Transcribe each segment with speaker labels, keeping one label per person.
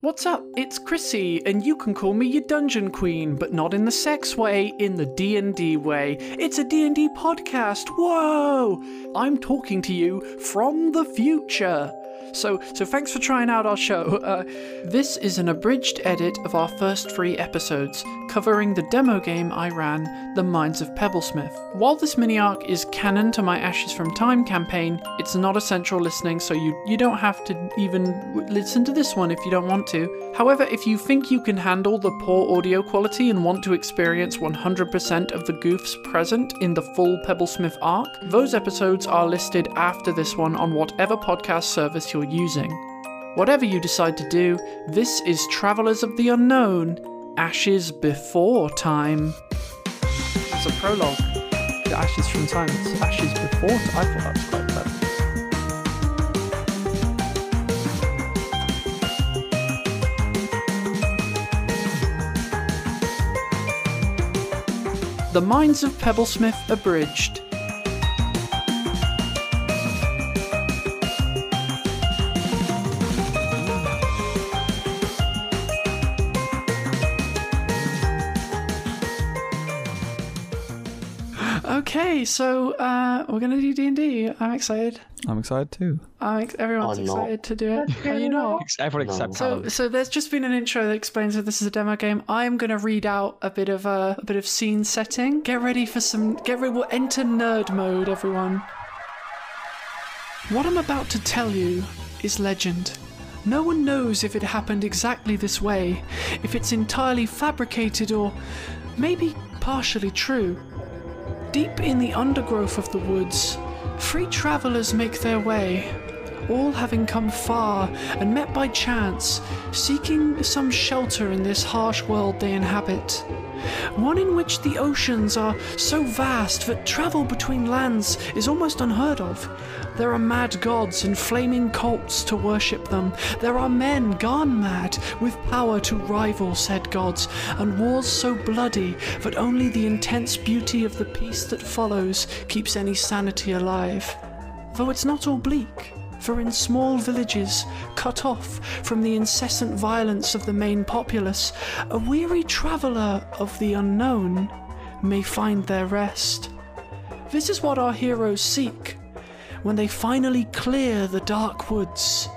Speaker 1: What's up? It's Chrissy, and you can call me your dungeon queen, but not in the sex way, in the D&D way. It's a D&D podcast. Whoa! I'm talking to you from the future. So, so thanks for trying out our show. Uh, this is an abridged edit of our first three episodes, covering the demo game I ran, The Mines of Pebblesmith. While this mini arc is canon to my Ashes from Time campaign, it's not essential listening, so you, you don't have to even w- listen to this one if you don't want to. However, if you think you can handle the poor audio quality and want to experience 100% of the goofs present in the full Pebblesmith arc, those episodes are listed after this one on whatever podcast service you're using. Whatever you decide to do, this is Travelers of the Unknown Ashes Before Time. It's a prologue. The Ashes from Time. It's Ashes Before Time. I thought that was quite clever. The Minds of Pebblesmith Abridged. Okay, so uh, we're gonna do D and D. I'm excited.
Speaker 2: I'm excited too.
Speaker 1: I'm ex- everyone's
Speaker 3: I'm not.
Speaker 1: excited to do it. Are you not?
Speaker 2: Everyone
Speaker 3: No.
Speaker 2: except
Speaker 1: So,
Speaker 2: Callum.
Speaker 1: so there's just been an intro that explains that this is a demo game. I'm gonna read out a bit of uh, a, a bit of scene setting. Get ready for some. Get ready. We'll enter nerd mode, everyone. What I'm about to tell you is legend. No one knows if it happened exactly this way, if it's entirely fabricated or maybe partially true. Deep in the undergrowth of the woods, three travelers make their way, all having come far and met by chance, seeking some shelter in this harsh world they inhabit. One in which the oceans are so vast that travel between lands is almost unheard of. There are mad gods and flaming cults to worship them. There are men gone mad with power to rival said gods, and wars so bloody that only the intense beauty of the peace that follows keeps any sanity alive. Though it's not all bleak, for in small villages, cut off from the incessant violence of the main populace, a weary traveller of the unknown may find their rest. This is what our heroes seek when they finally clear the dark woods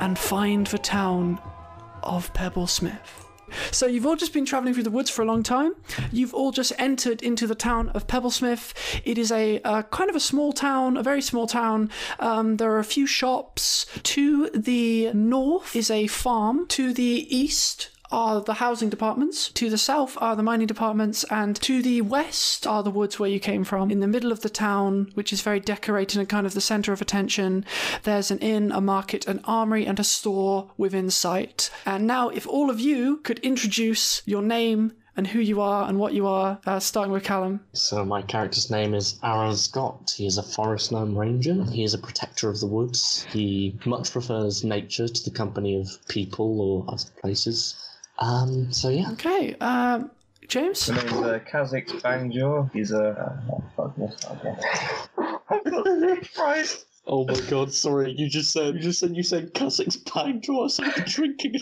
Speaker 1: and find the town of Pebblesmith. So you've all just been traveling through the woods for a long time. You've all just entered into the town of Pebblesmith. It is a uh, kind of a small town, a very small town. Um, there are a few shops. To the north is a farm. To the east are the housing departments. To the south are the mining departments, and to the west are the woods where you came from. In the middle of the town, which is very decorated and kind of the center of attention, there's an inn, a market, an armory, and a store within sight. And now, if all of you could introduce your name and who you are and what you are, uh, starting with Callum.
Speaker 3: So my character's name is Aaron Scott. He is a forest gnome ranger. He is a protector of the woods. He much prefers nature to the company of people or other places. Um, so yeah,
Speaker 1: Okay, um, James.
Speaker 4: His name's uh, Kazix Bangjor. He's a. Uh, oh, fuck this again. I've got the name right.
Speaker 3: Oh my god, sorry, you just said you just said you said Cussex pine draw something drinking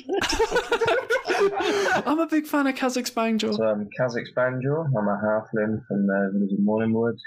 Speaker 1: I'm a big fan of Kazakh's Bangjor.
Speaker 4: So I'm Kazix Banjor. I'm a halfling from uh, the village of Morningwood.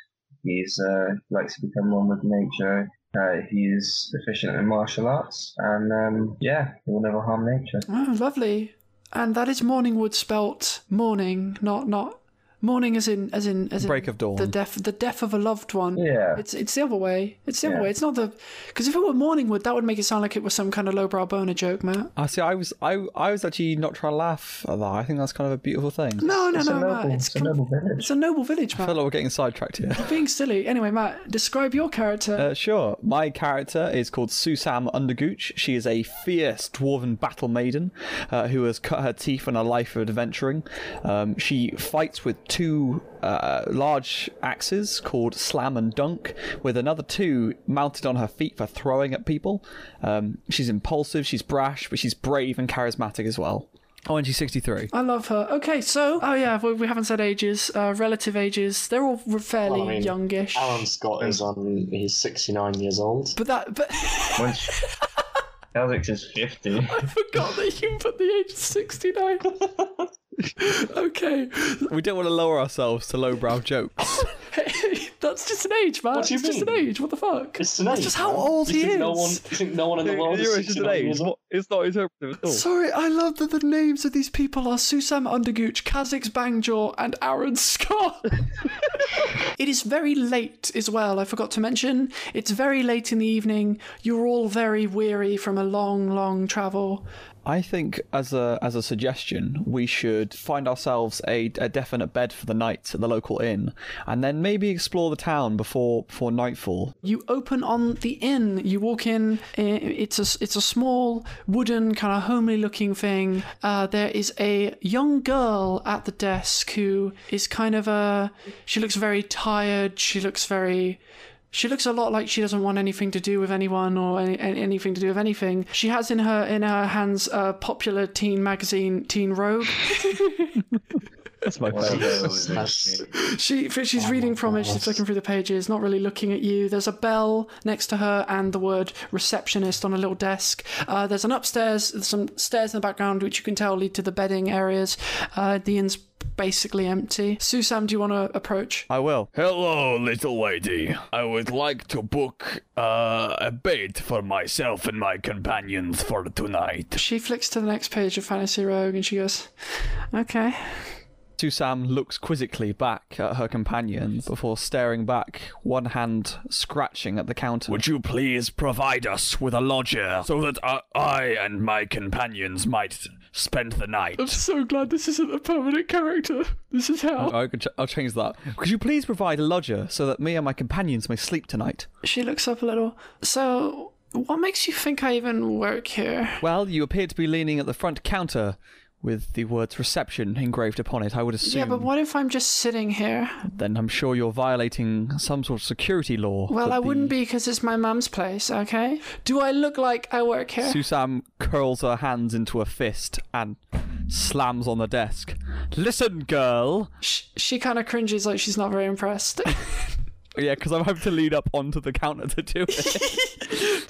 Speaker 4: He's uh, likes to become one with nature. Uh, he's efficient in martial arts, and um, yeah, he will never harm nature.
Speaker 1: Oh, lovely. And that is Morningwood spelt morning, not not morning as in as in as in
Speaker 2: Break of dawn.
Speaker 1: The death the death of a loved one.
Speaker 4: Yeah,
Speaker 1: It's it's the other way. It's the other
Speaker 4: Yeah.
Speaker 1: way. It's not the because if it were Morningwood, that would make it sound like it was some kind of lowbrow boner joke, Matt.
Speaker 2: I see. I was. I. I was actually not trying to laugh at that. I think that's kind of a beautiful thing.
Speaker 1: No, no,
Speaker 4: it's,
Speaker 1: no,
Speaker 4: a
Speaker 1: Matt.
Speaker 4: noble,
Speaker 1: It's,
Speaker 4: it's a
Speaker 1: com-
Speaker 4: noble village.
Speaker 1: it's a noble village,
Speaker 2: I
Speaker 1: Matt.
Speaker 2: feel like we're getting sidetracked here.
Speaker 1: Being silly. Anyway, Matt, describe your character.
Speaker 2: Uh, sure. My character is called Susam Undergooch. She is a fierce dwarven battle maiden uh, who has cut her teeth on a life of adventuring. Um, she fights with two uh, large axes called Slam and Dunk, with another two mounted on her feet for throwing at people. Um, she's impulsive, she's brash, but she's brave and charismatic as well. Oh, and she's 63.
Speaker 1: I love her. Okay, so oh yeah, we, we haven't said ages, uh, relative ages. They're all fairly
Speaker 3: Well, I mean,
Speaker 1: youngish.
Speaker 3: um, Aaron Scott is on he's sixty nine years old.
Speaker 1: But that, but
Speaker 4: Once, Eldritch is 50.
Speaker 1: I forgot that you put the age of 69. okay.
Speaker 2: We don't want to lower ourselves to lowbrow jokes.
Speaker 1: Hey, that's just an age, man.
Speaker 3: What do you
Speaker 1: it's just an
Speaker 3: mean?
Speaker 1: age. What the fuck?
Speaker 3: It's an age.
Speaker 1: just how
Speaker 3: man.
Speaker 1: old
Speaker 3: you
Speaker 1: he
Speaker 3: think No
Speaker 1: is.
Speaker 3: one, you think no one in the world is
Speaker 2: You're just an
Speaker 3: 69
Speaker 2: age.
Speaker 3: years old?
Speaker 2: What- It's not interpretive at all.
Speaker 1: Sorry, I love that the names of these people are Susam Undergooch, Kazix Bangjaw, and Aaron Scott. it is very late as well, I forgot to mention. It's very late in the evening. You're all very weary from a long, long travel.
Speaker 2: I think as a as a suggestion, we should find ourselves a, a definite bed for the night at the local inn, and then maybe explore the town before before nightfall.
Speaker 1: You open on the inn. You walk in. i- It's a it's a small wooden kind of homely looking thing. Uh, there is a young girl at the desk who is kind of a. She looks very tired. She looks very. She looks a lot like she doesn't want anything to do with anyone or any, any- anything to do with anything. She has in her in her hands a popular teen magazine, Teen Rogue.
Speaker 2: That's my
Speaker 4: One of
Speaker 2: favorite.
Speaker 4: those.
Speaker 3: That's-
Speaker 1: She she's reading from it. She's looking through the pages, not really looking at you. There's a bell next to her and the word receptionist on a little desk. Uh, there's an upstairs, some stairs in the background, which you can tell lead to the bedding areas. Uh, the inn's basically empty. Susam, do you want to approach?
Speaker 2: I will.
Speaker 5: Hello, little lady. I would like to book uh, a bed for myself and my companions for tonight.
Speaker 1: She flicks to the next page of Fantasy Rogue and she goes, "Okay."
Speaker 2: Susam looks quizzically back at her companions before staring back, one hand scratching at the counter.
Speaker 5: Would you please provide us with a lodger so that I, I and my companions might spend the night?
Speaker 1: so glad this isn't a permanent character. This is hell.
Speaker 2: I could Oh, ch- I'll change that. Could you please provide a lodger so that me and my companions may sleep tonight?
Speaker 1: She looks up a little. So, what makes you think I even work here?
Speaker 2: Well, you appear to be leaning at the front counter with the words reception engraved upon it, I would assume.
Speaker 1: Yeah, but what if I'm just sitting here?
Speaker 2: Then I'm sure you're violating some sort of security law.
Speaker 1: Well,
Speaker 2: that
Speaker 1: I
Speaker 2: the-
Speaker 1: wouldn't be because it's my mum's place, okay? Do I look like I work here?
Speaker 2: Susam curls her hands into a fist and slams on the desk. Listen, girl!
Speaker 1: Sh- she kind of cringes like she's not very impressed.
Speaker 2: Yeah, because I'm having to lean up onto the counter to do it.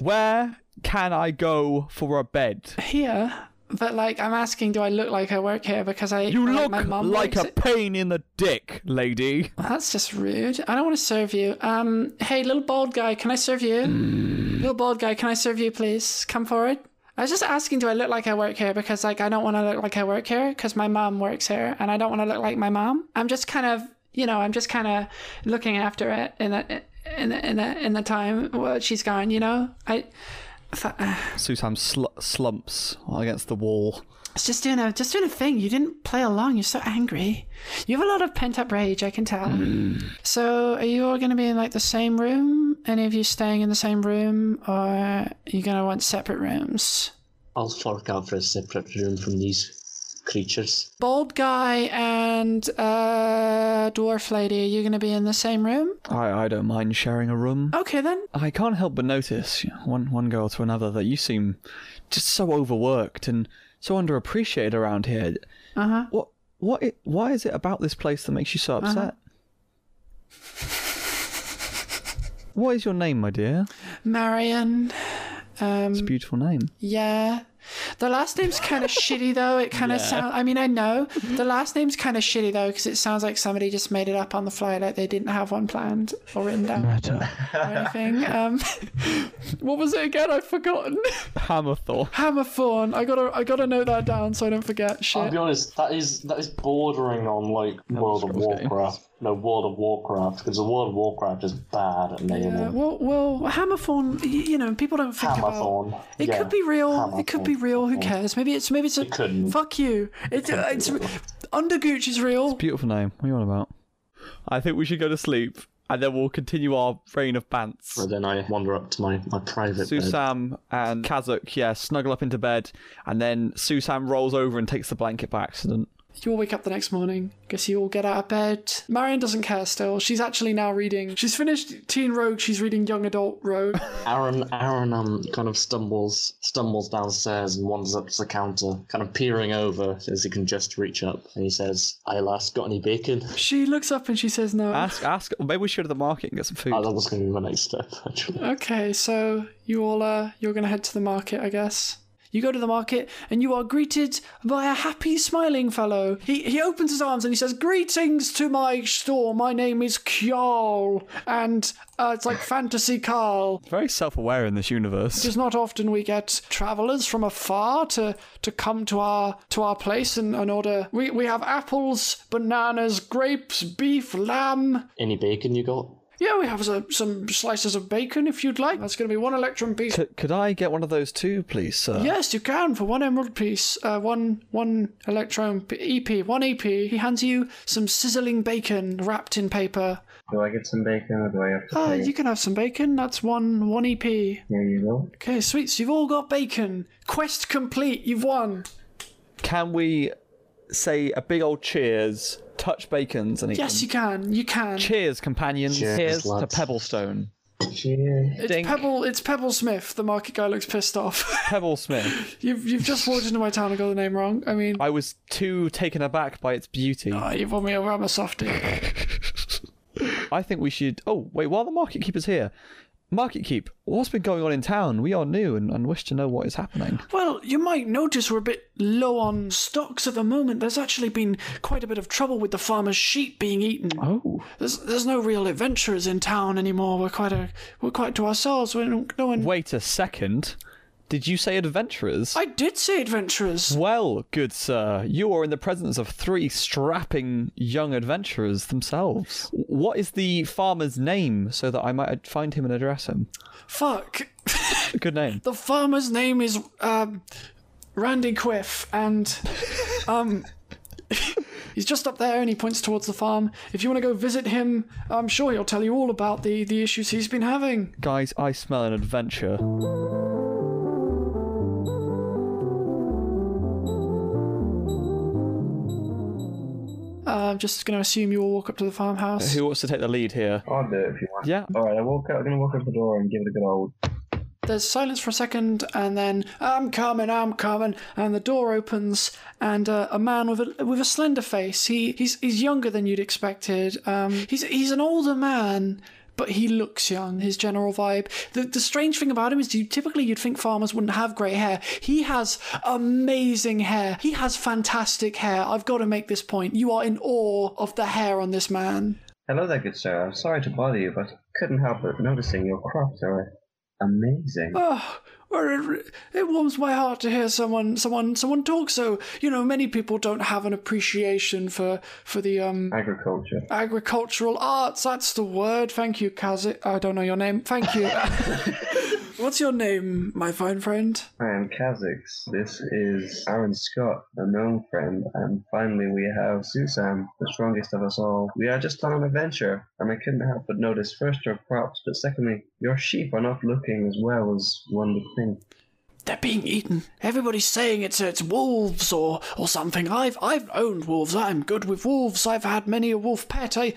Speaker 2: Where can I go for a bed?
Speaker 1: here, but like I'm asking, do I look like I work here because I
Speaker 2: You
Speaker 1: like,
Speaker 2: look
Speaker 1: my mum
Speaker 2: like
Speaker 1: works
Speaker 2: a pain in the dick, lady.
Speaker 1: Well, that's just rude. I don't want to serve you. Um, hey, little bald guy, can I serve you? Little bald guy, can I serve you, please? Come forward. I was just asking, do I look like I work here? Because like I don't want to look like I work here because my mom works here, and I don't want to look like my mom. I'm just kind of, you know, I'm just kind of looking after it in the in the, in the, in the time where she's gone. You know, I.
Speaker 2: Susam sl- slumps against the wall.
Speaker 1: It's just doing a just doing a thing. You didn't play along. You're so angry. You have a lot of pent up rage. I can tell. So, are you all going to be in like the same room? Any of you staying in the same room, or are you going to want separate rooms?
Speaker 3: I'll fork out for a separate room from these creatures.
Speaker 1: Bald guy and uh, dwarf lady. Are you going to be in the same room?
Speaker 2: I, I don't mind sharing a room.
Speaker 1: Okay then.
Speaker 2: I can't help but notice you know, one one girl to another that you seem just so overworked and so underappreciated around here.
Speaker 1: Uh huh.
Speaker 2: What what i why is it about this place that makes you so upset? What is your name, my dear?
Speaker 1: Marion. Um,
Speaker 2: It's a beautiful name.
Speaker 1: Yeah. The last name's kind of shitty though. It kind of sound sounds. I mean, I know the last name's kind of shitty though because it sounds like somebody just made it up on the fly, like they didn't have one planned or written down or anything. Um, what was it again? I've forgotten.
Speaker 2: Hammerthor.
Speaker 1: Hammerthorn. I gotta, I gotta note that down so I don't forget.
Speaker 3: I'll
Speaker 1: Shit.
Speaker 3: be honest, that is that is bordering on like World of
Speaker 2: Scrolls game.
Speaker 3: Warcraft. No, World of Warcraft, because the World of Warcraft is bad at naming.
Speaker 1: Yeah. Well, well, Hammerthorn. y- You know, people don't think about.
Speaker 3: Hamathorn.
Speaker 1: It
Speaker 3: yeah.
Speaker 1: could be real. It could be
Speaker 3: Hamathorn.
Speaker 1: real. Who cares? Maybe it's maybe it's a
Speaker 3: It couldn't.
Speaker 1: fuck you. It's it's Undergooch is real.
Speaker 2: Beautiful name. What are you on about? I think we should go to sleep and then we'll continue our reign of bants.
Speaker 3: But then I wander up to my, my private bed.
Speaker 2: Susam and Kazuk, yeah, snuggle up into bed, and then Susam rolls over and takes the blanket by accident.
Speaker 1: You all wake up the next morning. Guess you all get out of bed. Marion doesn't care still. She's actually now reading. She's finished Teen Rogue. She's reading Young Adult Rogue.
Speaker 3: Aaron, Aaron, um, kind of stumbles, stumbles downstairs and wanders up to the counter, kind of peering over as he can just reach up, and he says, "I last got any bacon?"
Speaker 1: she looks up and she says no.
Speaker 2: Ask, ask. Maybe we should go to the market and get some food.
Speaker 3: Oh, that was going to be my next step, actually.
Speaker 1: Okay, so you all uh you're gonna head to the market, I guess. You go to the market and you are greeted by a happy, smiling fellow. He he opens his arms and he says, "Greetings to my store. My name is Kjarl, and uh, it's like Fantasy Carl."
Speaker 2: Very self-aware in this universe.
Speaker 1: It is not often we get travelers from afar to to come to our to our place and, and order. We we have apples, bananas, grapes, beef, lamb,
Speaker 3: Any bacon you got?
Speaker 1: yeah, we have some, some slices of bacon if you'd like. That's going to be one electrum piece.
Speaker 2: could, could I get one of those too, please, sir?
Speaker 1: Yes, you can for one emerald piece, uh, one one electron p- EP, one EP. He hands you some sizzling bacon wrapped in paper.
Speaker 4: Do I get some bacon or do I have to
Speaker 1: Uh,
Speaker 4: pay?
Speaker 1: you can have some bacon. That's one one EP.
Speaker 4: Here you go.
Speaker 1: Okay, sweet. So you've all got bacon. Quest complete. You've won.
Speaker 2: Can we say a big old cheers, touch bacons, and eat
Speaker 1: Yes,
Speaker 2: them?
Speaker 1: you can. You can.
Speaker 2: Cheers, companions.
Speaker 3: Cheers,
Speaker 2: to
Speaker 3: lads.
Speaker 2: Pebblestone.
Speaker 4: Cheers.
Speaker 1: It's
Speaker 2: Dink.
Speaker 1: Pebble. It's Pebble Smith. The market guy looks pissed off.
Speaker 2: Pebble Smith.
Speaker 1: you've you've just walked into my town and got the name wrong. I mean,
Speaker 2: I was too taken aback by its beauty.
Speaker 1: oh, you've won me over. I'm a softie.
Speaker 2: I think we should. Oh, wait, while the market keeper's here, market keep, what's been going on in town? We are new and, and wish to know what is happening.
Speaker 1: Well, you might notice we're a bit low on stocks at the moment. There's actually been quite a bit of trouble with the farmer's sheep being eaten.
Speaker 2: Oh,
Speaker 1: There's there's no real adventurers in town anymore. We're quite a we're quite to ourselves. We're no no one.
Speaker 2: wait a second. Did you say adventurers?
Speaker 1: I did say adventurers.
Speaker 2: Well, good sir, you are in the presence of three strapping young adventurers themselves. What is the farmer's name so that I might find him and address him?
Speaker 1: Fuck.
Speaker 2: Good name.
Speaker 1: The farmer's name is um, Randy Quiff, and um, he's just up there, and he points towards the farm. If you want to go visit him, I'm sure he'll tell you all about the the issues he's been having.
Speaker 2: Guys, I smell an adventure.
Speaker 1: Uh, I'm just gonna assume you all walk up to the farmhouse.
Speaker 2: Who wants to take the lead here?
Speaker 4: I'll do it if you want.
Speaker 2: Yeah.
Speaker 4: All right, I walk out. I'm gonna walk out the door and give it a good old.
Speaker 1: There's silence for a second, and then I'm coming, I'm coming, and the door opens, and uh, a man with a with a slender face. He he's he's younger than you'd expected. Um, he's he's an older man. But he looks young. His general vibe. The the strange thing about him is, you typically you'd think farmers wouldn't have grey hair. He has amazing hair. He has fantastic hair. I've got to make this point. You are in awe of the hair on this man.
Speaker 4: Hello there, good sir. I'm sorry to bother you, but couldn't help but noticing your crops are amazing.
Speaker 1: Oh, well, it, it warms my heart to hear someone, someone, someone talk. So you know, many people don't have an appreciation for for the um
Speaker 4: Agriculture.
Speaker 1: agricultural arts. That's the word. Thank you, Kazi. I don't know your name. Thank you. What's your name, my fine friend?
Speaker 4: I am Kazix. This is Aaron Scott, a known friend, and finally we have Susan, the strongest of us all. We are just on an adventure, and I couldn't help but notice first your crops, but secondly, your sheep are not looking as well as one would think.
Speaker 1: They're being eaten. Everybody's saying it's it's wolves or or something. I've I've owned wolves. I'm good with wolves. I've had many a wolf pet. I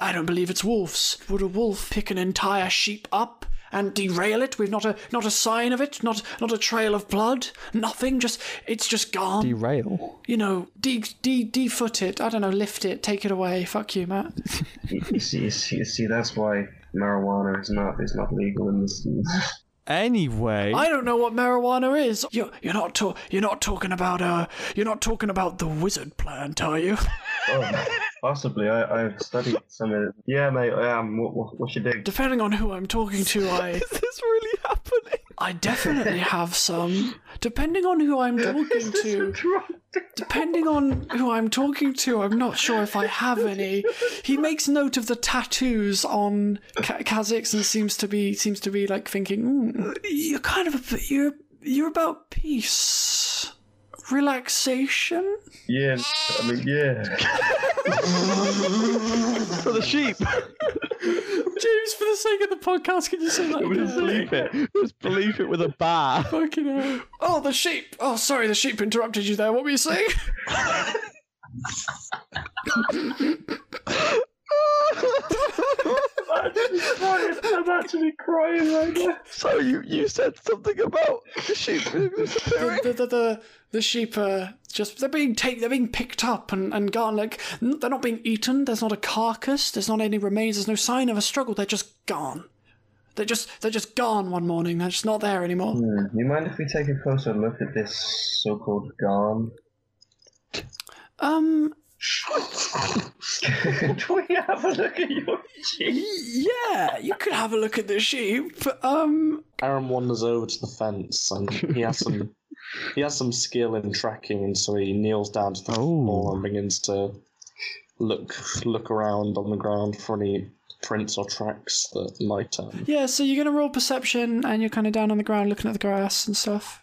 Speaker 1: I don't believe it's wolves. Would a wolf pick an entire sheep up and derail it with not a not a sign of it, not not a trail of blood, nothing? Just it's just gone.
Speaker 2: Derail.
Speaker 1: you know, de de defoot it. I don't know, lift it, take it away. Fuck you, Matt.
Speaker 4: You, you see, you see, you see, that's why marijuana is not is not legal in this.
Speaker 2: Anyway,
Speaker 1: I don't know what marijuana is. You're you're not ta- you're not talking about uh you're not talking about the wizard plant, are you?
Speaker 4: Oh, possibly, I, I've studied some of it. Yeah, mate, I am. What, what, what's your dig?
Speaker 1: depending on who I'm talking to, I
Speaker 2: is this really happening?
Speaker 1: I definitely have some. Depending on who I'm talking to, depending on who I'm talking to, I'm not sure if I have any. He makes note of the tattoos on Ka- Kazix and seems to be seems to be like thinking, mm, you're kind of a, you're you're about peace, relaxation.
Speaker 4: Yeah, I mean, yeah.
Speaker 2: For the sheep.
Speaker 1: James, for the sake of the podcast, can you say that? again?
Speaker 2: believe it. Just believe it with a bar.
Speaker 1: Fucking hell. Oh, the sheep. Oh, sorry, the sheep interrupted you there. What were you saying?
Speaker 4: I'm actually crying right now.
Speaker 6: So you, you said something about the sheep disappearing?
Speaker 1: The, the, the, the, the sheep are just they're being taken, they're being picked up and, and gone. Like n- they're not being eaten. There's not a carcass. There's not any remains. There's no sign of a struggle. They're just gone. They're just they're just gone one morning. They're just not there anymore.
Speaker 4: Hmm, You mind if we take a closer look at this so-called garn?
Speaker 1: Um,
Speaker 4: Do we have a look at your
Speaker 1: y-
Speaker 4: cheek?
Speaker 1: yeah, you could have a look at the sheep. Um,
Speaker 3: Aaron wanders over to the fence, and he has some he has some skill in tracking, and so he kneels down to the
Speaker 1: Oh.
Speaker 3: floor and begins to look look around on the ground for any prints or tracks that might. Um,
Speaker 1: yeah. So you're gonna roll perception, and you're kind of down on the ground looking at the grass and stuff.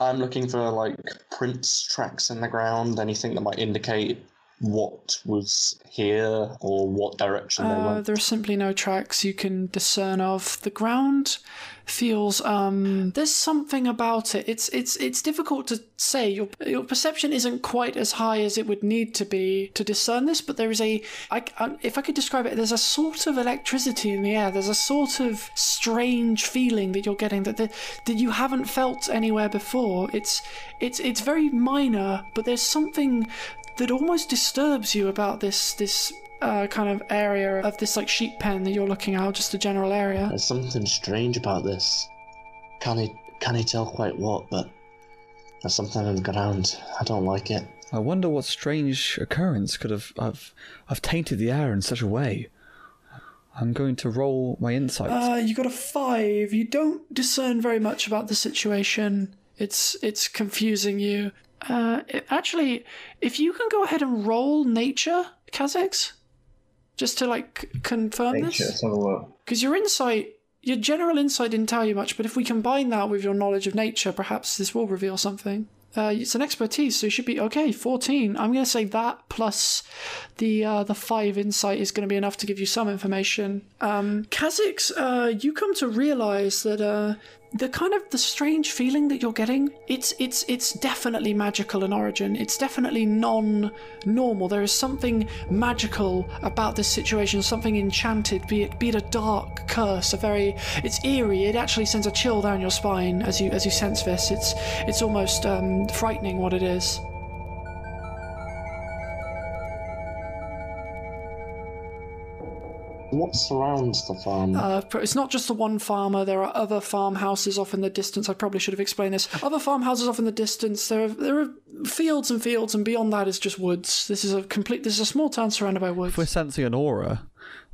Speaker 3: I'm looking for like prints, tracks in the ground, anything that might indicate what was here or what direction they
Speaker 1: Uh,
Speaker 3: went.
Speaker 1: there are simply no tracks you can discern of. The ground feels um there's something about it. It's it's it's difficult to say. Your your perception isn't quite as high as it would need to be to discern this, but there is a I, I if I could describe it, there's a sort of electricity in the air. There's a sort of strange feeling that you're getting that the, that you haven't felt anywhere before. It's it's it's very minor, but there's something that almost disturbs you about this this uh, kind of area of this like sheep pen that you're looking at, or just a general area.
Speaker 3: There's something strange about this. Can't he, can't he tell quite what, but there's something on the ground. I don't like it.
Speaker 2: I wonder what strange occurrence could have have, have tainted the air in such a way. I'm going to roll my insight.
Speaker 1: Uh, you got a five. You don't discern very much about the situation. It's it's confusing you. Uh, it- actually, if you can go ahead and roll nature, Kazix, just to like c- confirm
Speaker 4: Nature,
Speaker 1: this,
Speaker 4: let's have a look.
Speaker 1: because your insight, your general insight didn't tell you much, but if we combine that with your knowledge of nature, perhaps this will reveal something. Uh, it's an expertise, so you should be okay. Fourteen. I'm going to say that plus the uh, the five insight is going to be enough to give you some information. Um, Kazix, uh, you come to realize that uh, the kind of the strange feeling that you're getting, it's it's it's definitely magical in origin. It's definitely non-normal. There is something magical about this situation, something enchanted. Be it be it a dark curse, a very it's eerie. It actually sends a chill down your spine as you as you sense this. It's it's almost um, frightening what it is.
Speaker 3: What surrounds the farm?
Speaker 1: Uh, pr- it's not just the one farmer. There are other farmhouses off in the distance. I probably should have explained this. Other farmhouses off in the distance. There are there are fields and fields, and beyond that is just woods. This is a complete. This is a small town surrounded by woods.
Speaker 2: if we're sensing an aura,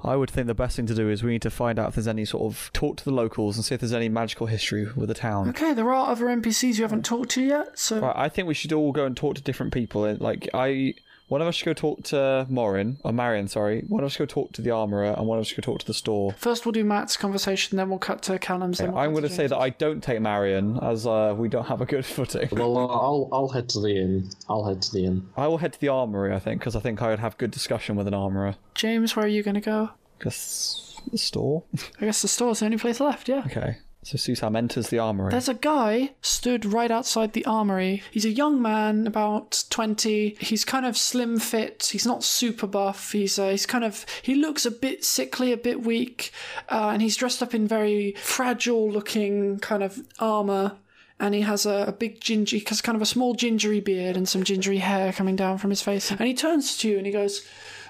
Speaker 2: I would think the best thing to do is we need to find out if there's any sort of talk to the locals and see if there's any magical history with the town.
Speaker 1: Okay, there are other NPCs you haven't talked to yet. So
Speaker 2: Right, I think we should all go and talk to different people. and, Like I, one of us should go talk to Morin or Marion, sorry. One of us should go talk to the armorer, and one of us should go talk to the store.
Speaker 1: first we'll do Matt's conversation, then we'll cut to Callum's. then we'll
Speaker 2: I'm
Speaker 1: cut
Speaker 2: going to say
Speaker 1: James.
Speaker 2: that I don't take Marion as uh, we don't have a good footing.
Speaker 3: well, uh, I'll I'll head to the inn. I'll head to the inn.
Speaker 2: I will head to the armory, I think, because I think I would have good discussion with an armorer.
Speaker 1: James, where are you going to go?
Speaker 2: Because the store.
Speaker 1: I guess the store's the only place left. Yeah.
Speaker 2: okay. So Susam enters the armory.
Speaker 1: There's a guy stood right outside the armory. He's a young man, about 20. He's kind of slim fit. He's not super buff. He's uh, he's kind of he looks a bit sickly, a bit weak, uh, and he's dressed up in very fragile looking kind of armor. And he has a, a big ginger, he has kind of a small gingery beard and some gingery hair coming down from his face. And he turns to you and he goes,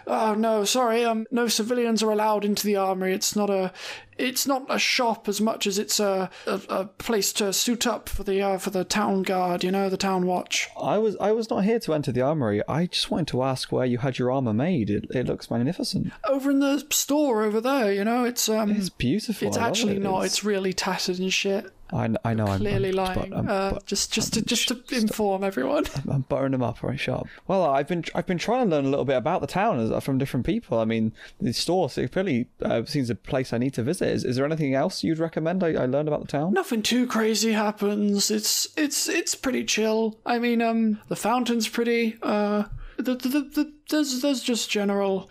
Speaker 1: Oh no, sorry. Um, no civilians are allowed into the armory. It's not a, it's not a shop as much as it's a a, a place to suit up for the uh, for the town guard. You know, the town watch.
Speaker 2: I was I was not here to enter the armory. I just wanted to ask where you had your armor made. It, it looks magnificent.
Speaker 1: Over in the store over there. You know, it's um,
Speaker 2: It's
Speaker 1: it's,
Speaker 2: beautiful. I love
Speaker 1: actually
Speaker 2: it.
Speaker 1: not. It's really tattered and shit.
Speaker 2: I, kn- I know. I'm
Speaker 1: Clearly
Speaker 2: I'm,
Speaker 1: lying.
Speaker 2: But, I'm,
Speaker 1: uh,
Speaker 2: but-
Speaker 1: just just to just to inform everyone.
Speaker 2: I'm buttering them up right sharp. Well, I've been I've been trying to learn a little bit about the town as- from different people. I mean, the store so it really uh, seems a place I need to visit. Is, is there anything else you'd recommend? I, I learned about the town.
Speaker 1: Nothing too crazy happens. It's it's it's pretty chill. I mean, um, the fountain's pretty. Uh, the the, the, the there's there's just general,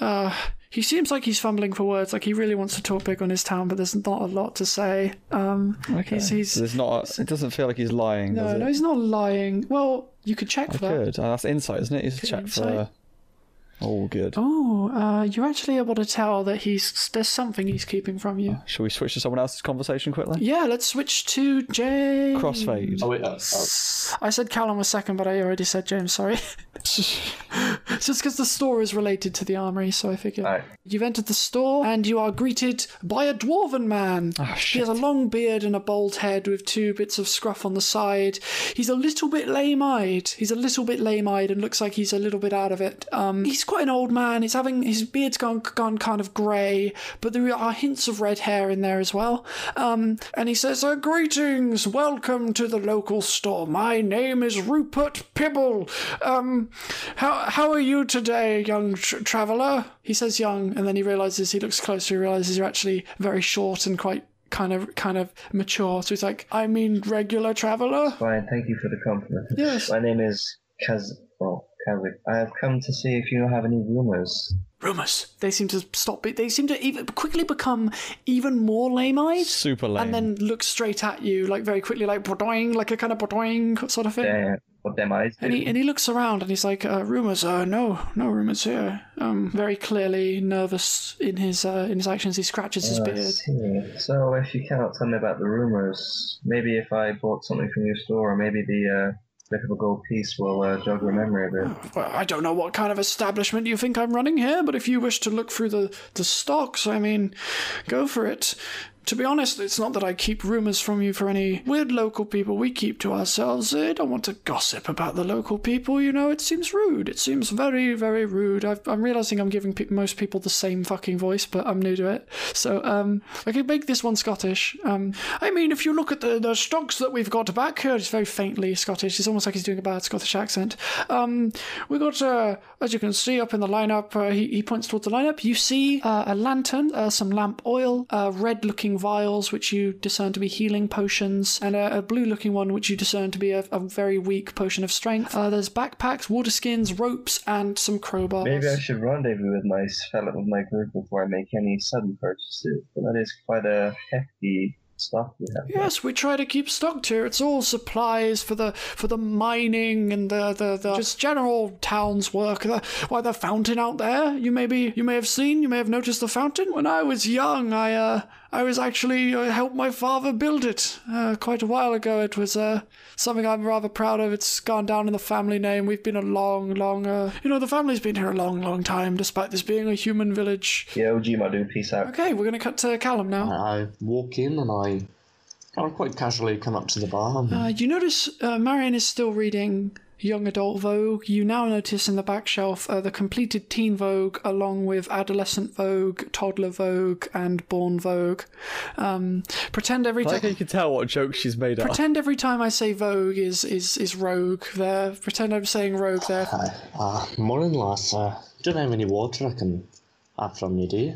Speaker 1: uh, He seems like he's fumbling for words, like he really wants to talk big on his town, but there's not a lot to say. Um,
Speaker 2: Okay.
Speaker 1: he's, he's, uh,
Speaker 2: So there's not. A, it doesn't feel like he's lying. does
Speaker 1: no,
Speaker 2: it?
Speaker 1: no, he's not lying. Well, you could check for that.
Speaker 2: Good. Uh, that's insight, isn't it? You should check
Speaker 1: insight.
Speaker 2: for. Oh, good.
Speaker 1: Oh, uh, you're actually able to tell that he's there's something he's keeping from you.
Speaker 2: Shall we switch to someone else's conversation quickly?
Speaker 1: Yeah, let's switch to James.
Speaker 2: Crossfade.
Speaker 3: Oh, wait, uh, oh,
Speaker 1: I said Callum was second, but I already said James. Sorry. Just because the store is related to the armory, so I figure.
Speaker 4: Alright.
Speaker 1: You've entered the store and you are greeted by a dwarven man. he has a long beard and a bald head with two bits of scruff on the side. He's a little bit lame eyed. He's a little bit lame eyed and looks like he's a little bit out of it. Um, he's quite an old man. He's having his beard's gone gone kind of grey, but there are hints of red hair in there as well. Um, and he says, uh, "Greetings, welcome to the local store. My name is Rupert Pibble. Um, how how are you today, young tr traveller?" He says "young," and then he realizes he looks closer. He realizes you're actually very short and quite kind of kind of mature. So he's like, "I mean, regular traveller."
Speaker 4: Fine, thank you for the compliment.
Speaker 1: Yes.
Speaker 4: My name is Kaz. Well, Kazik. I have come to see if you have any rumors.
Speaker 1: Rumors. They seem to stop. They seem to even quickly become even more lame-eyed.
Speaker 2: Super lame.
Speaker 1: and then look straight at you like very quickly like "Bodoing," like a kind of "bodoing" sort of thing
Speaker 4: Uh, what them eyes?
Speaker 1: and he and he looks around and he's like uh, rumors uh no no rumors here um very clearly nervous in his uh, in his actions he scratches his
Speaker 4: Oh, I
Speaker 1: beard
Speaker 4: see. So, if you cannot tell me about the rumors, maybe if I bought something from your store, or maybe the uh, bit of a gold piece will uh, jog your memory a bit.
Speaker 1: well, I don't know what kind of establishment you think I'm running here, but if you wish to look through the, the stocks, I mean, go for it. To be honest, it's not that I keep rumors from you for any weird local people we keep to ourselves. I don't want to gossip about the local people, you know, it seems rude. It seems very, very rude. I've, I'm realizing I'm giving pe- most people the same fucking voice, but I'm new to it. So, um, I could make this one Scottish. Um, I mean, if you look at the, the stocks that we've got back here, it's very faintly Scottish. It's almost like he's doing a bad Scottish accent. Um, we got, uh, as you can see up in the lineup, uh, he, he points towards the lineup. You see uh, a lantern, uh, some lamp oil, uh, red looking vials, which you discern to be healing potions, and a, a blue looking one, which you discern to be a, a very weak potion of strength. Uh, there's backpacks, water skins, ropes, and some crowbars.
Speaker 4: Maybe I should rendezvous with my fellow with my group before I make any sudden purchases. But that is quite a hefty stock you have. there.
Speaker 1: Yes, we try to keep stocked here. It's all supplies for the for the mining and the, the, the just general town's work. The, why the fountain out there? You maybe you may have seen, you may have noticed the fountain. When I was young, I uh I was actually I helped my father build it uh, quite a while ago. It was uh something I'm rather proud of. It's gone down in the family name. We've been a long, long uh, you know the family's been here a long, long time, despite this being a human village.
Speaker 4: Yeah, OG Madu, peace out.
Speaker 1: Okay, we're gonna cut to Callum now.
Speaker 3: I walk in and I kind of quite casually come up to the bar. and-
Speaker 1: Uh, you notice uh, Marion is still reading Young Adult Vogue. You now notice in the back shelf uh, the completed Teen Vogue, along with Adolescent Vogue, Toddler Vogue, and Born Vogue. Um, pretend every
Speaker 2: I like how
Speaker 1: time.
Speaker 2: you can tell what joke she's made up.
Speaker 1: Pretend every time I say Vogue is, is, is Rogue there. Pretend I'm saying Rogue there.
Speaker 3: Hi. Uh, morning, lass. Uh, don't have any water I can have from you, do you?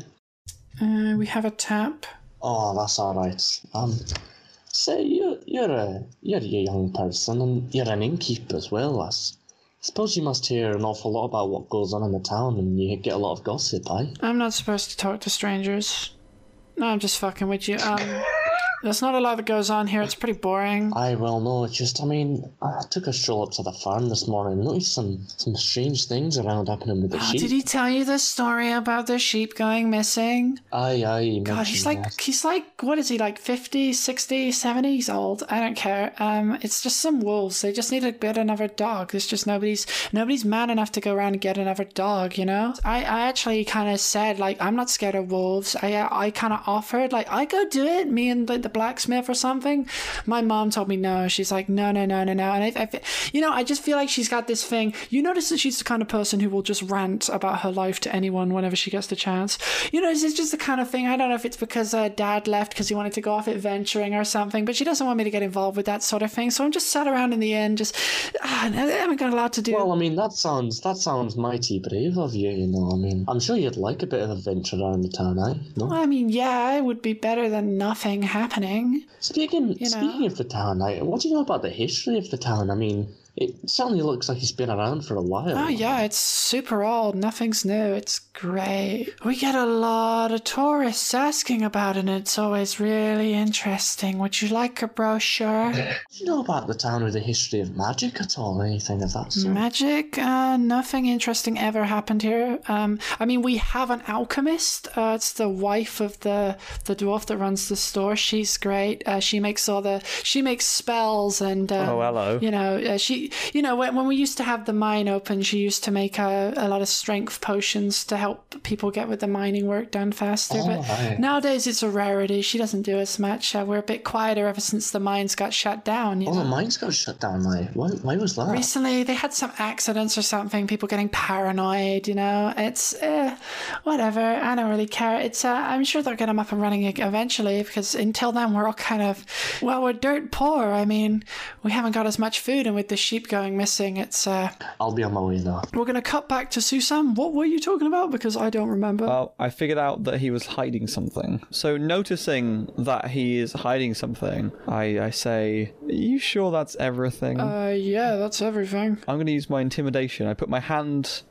Speaker 1: Uh, we have a tap.
Speaker 3: Oh, that's all right. Um, say you're you're a you're a young person and you're an innkeeper as well, lass. Suppose you must hear an awful lot about what goes on in the town, and you get a lot of gossip, eh?
Speaker 1: I'm not supposed to talk to strangers. No, I'm just fucking with you. Um, there's not a lot that goes on here. It's pretty boring.
Speaker 3: I well know. It's just, I mean, I took a stroll up to the farm this morning. and Noticed some some strange things around happening with the sheep.
Speaker 1: Oh, Ah, Did he tell you the story about the sheep going missing?
Speaker 3: Aye, aye. he
Speaker 1: God, he's
Speaker 3: mentioned
Speaker 1: like
Speaker 3: that.
Speaker 1: he's like what is he like 50, 60, 70 He's old. I don't care. Um it's just some wolves. They just need to get another dog. There's just nobody's nobody's mad enough to go around and get another dog, you know? I, I actually kind of said like I'm not scared of wolves. I uh, I kind of offered like I go do it me and like the blacksmith or something. My mom told me no. She's like no, no, no, no, no. And I, I fe- you know, I just feel like she's got this thing. You notice that she's the kind of person who will just rant about her life to anyone whenever she gets the chance. You know, this is just the kind of thing. I don't know if it's because her dad left because he wanted to go off adventuring or something, but she doesn't want me to get involved with that sort of thing. So I'm just sat around in the end, just ah, I haven't got a lot to do.
Speaker 3: Well, I mean, that sounds that sounds mighty brave of you. You know, I mean, I'm sure you'd like a bit of adventure around the town, eh? No.
Speaker 1: I mean, yeah, it would be better than nothing happening.
Speaker 3: Speaking
Speaker 1: know.
Speaker 3: speaking of the town, eh, what do you know about the history of the town? I mean, It certainly looks like it's been around for a while.
Speaker 1: Ah,
Speaker 7: Oh yeah, it's super old. Nothing's new. It's great. We get a lot of tourists asking about it, and it's always really interesting. Would you like a brochure?
Speaker 3: Do you know about the town with a history of magic at all? Anything of that sort?
Speaker 7: Magic? Uh, nothing interesting ever happened here. Um, I mean, we have an alchemist. Uh, it's the wife of the the dwarf that runs the store. She's great. Uh, she makes all the she makes spells and um,
Speaker 2: Oh, hello.
Speaker 7: You know, uh, she you know when when we used to have the mine open, she used to make a, a lot of strength potions to help people get with the mining work done faster.
Speaker 3: Oh,
Speaker 7: but
Speaker 3: right.
Speaker 7: nowadays it's a rarity. She doesn't do as much. Uh, we're a bit quieter ever since the mines got shut down. You
Speaker 3: Oh,
Speaker 7: know?
Speaker 3: the mine's got shut down, mate. Why, why was that?
Speaker 7: Recently, they had some accidents or something. People getting paranoid. You know, it's uh, whatever. I don't really care. It's uh, I'm sure they'll get them up and running ag- eventually because until then we're all kind of well, we're dirt poor. I mean, we haven't got as much food, and with the sheep going missing, it's uh,
Speaker 3: I'll be on my way now.
Speaker 7: we're gonna cut back to Susan. What were you talking about? Because I don't remember.
Speaker 2: Well, I figured out that he was hiding something. So, noticing that he is hiding something, I, I say, Are you sure that's everything?
Speaker 7: uh, yeah, that's everything.
Speaker 2: I'm going to use my intimidation. I put my hand,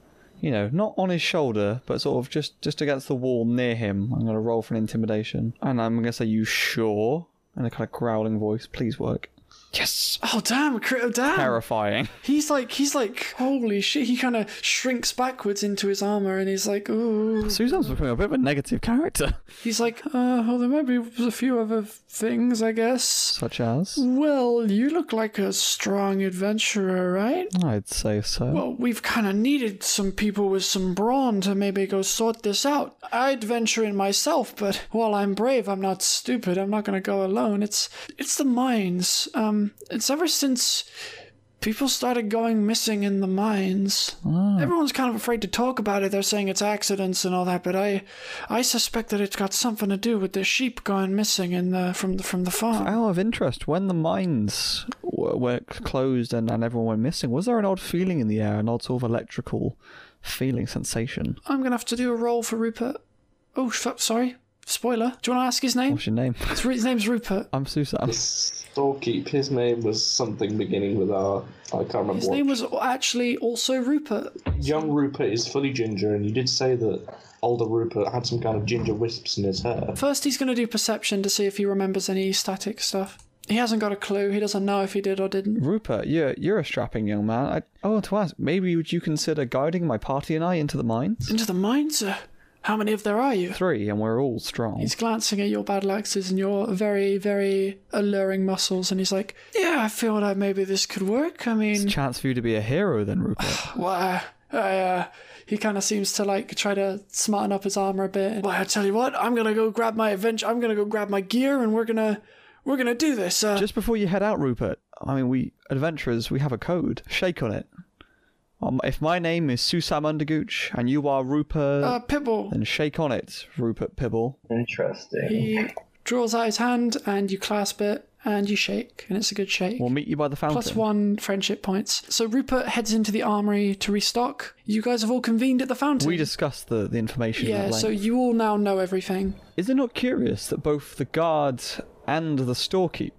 Speaker 2: you know, not on his shoulder, but sort of just, just against the wall near him. I'm going to roll for an intimidation. And I'm going to say, You sure? In a kind of growling voice. Please work. Yes!
Speaker 7: Oh damn, cri- oh, damn.
Speaker 2: Terrifying.
Speaker 7: He's like, he's like, holy shit. He kind of shrinks backwards into his armor, and he's like, ooh.
Speaker 2: Suzanne's becoming a bit of a negative character.
Speaker 7: He's like, uh, well, there might be a few other things, I guess.
Speaker 2: Such as?
Speaker 7: Well, you look like a strong adventurer, right?
Speaker 2: I'd say so.
Speaker 7: Well, we've kind of needed some people with some brawn to maybe go sort this out. I'd venture in myself, but while I'm brave, I'm not stupid. I'm not gonna go alone. It's it's the mines. Um, it's ever since people started going missing in the mines. Everyone's kind of afraid to talk about it. They're saying it's accidents and all that, but I I suspect that it's got something to do with the sheep going missing in the from the from the farm.
Speaker 2: Out of interest, when the mines w- were closed and, and everyone went missing, was there an odd feeling in the air, an odd sort of electrical feeling sensation?
Speaker 7: I'm gonna have to do a roll for Rupert. Oh, f- sorry. Spoiler. Do you want to ask his name?
Speaker 2: What's your name?
Speaker 7: His re- his name's Rupert.
Speaker 2: I'm Susan.
Speaker 3: Storekeep, his name was something beginning with R. I can't remember
Speaker 7: His
Speaker 3: what.
Speaker 7: name was actually also Rupert.
Speaker 3: Young Rupert is fully ginger, and you did say that older Rupert had some kind of ginger wisps in his hair.
Speaker 7: First, he's going to do perception to see if he remembers any static stuff. He hasn't got a clue. He doesn't know if he did or didn't.
Speaker 2: Rupert, you're you're a strapping young man. I, oh, to ask, maybe would you consider guiding my party and I into the mines?
Speaker 7: Into the mines, sir. How many of there are you?
Speaker 2: Three, and we're all strong.
Speaker 7: He's glancing at your battle axes and your very, very alluring muscles, and he's like, "Yeah, I feel like maybe this could work. I mean,
Speaker 2: Chance for you to be a hero, then, Rupert.
Speaker 7: Well, uh, I, uh, he kind of seems to like try to smarten up his armor a bit. Well, I tell you what, I'm gonna go grab my adventure. I'm gonna go grab my gear, and we're gonna we're gonna do this. Uh,
Speaker 2: Just before you head out, Rupert. I mean, we adventurers, we have a code. Shake on it. Um, if my name is Susam Undergooch and you are Rupert,
Speaker 7: uh, Pibble.
Speaker 2: then shake on it, Rupert Pibble.
Speaker 4: Interesting.
Speaker 7: He draws out his hand, and you clasp it, and you shake, and it's a good shake.
Speaker 2: We'll meet you by the fountain.
Speaker 7: Plus one friendship points. So Rupert heads into the armory to restock. You guys have all convened at the fountain.
Speaker 2: We discussed the, the information. at
Speaker 7: yeah,
Speaker 2: length.
Speaker 7: so you all now know everything.
Speaker 2: Is it not curious that both the guard and the storekeep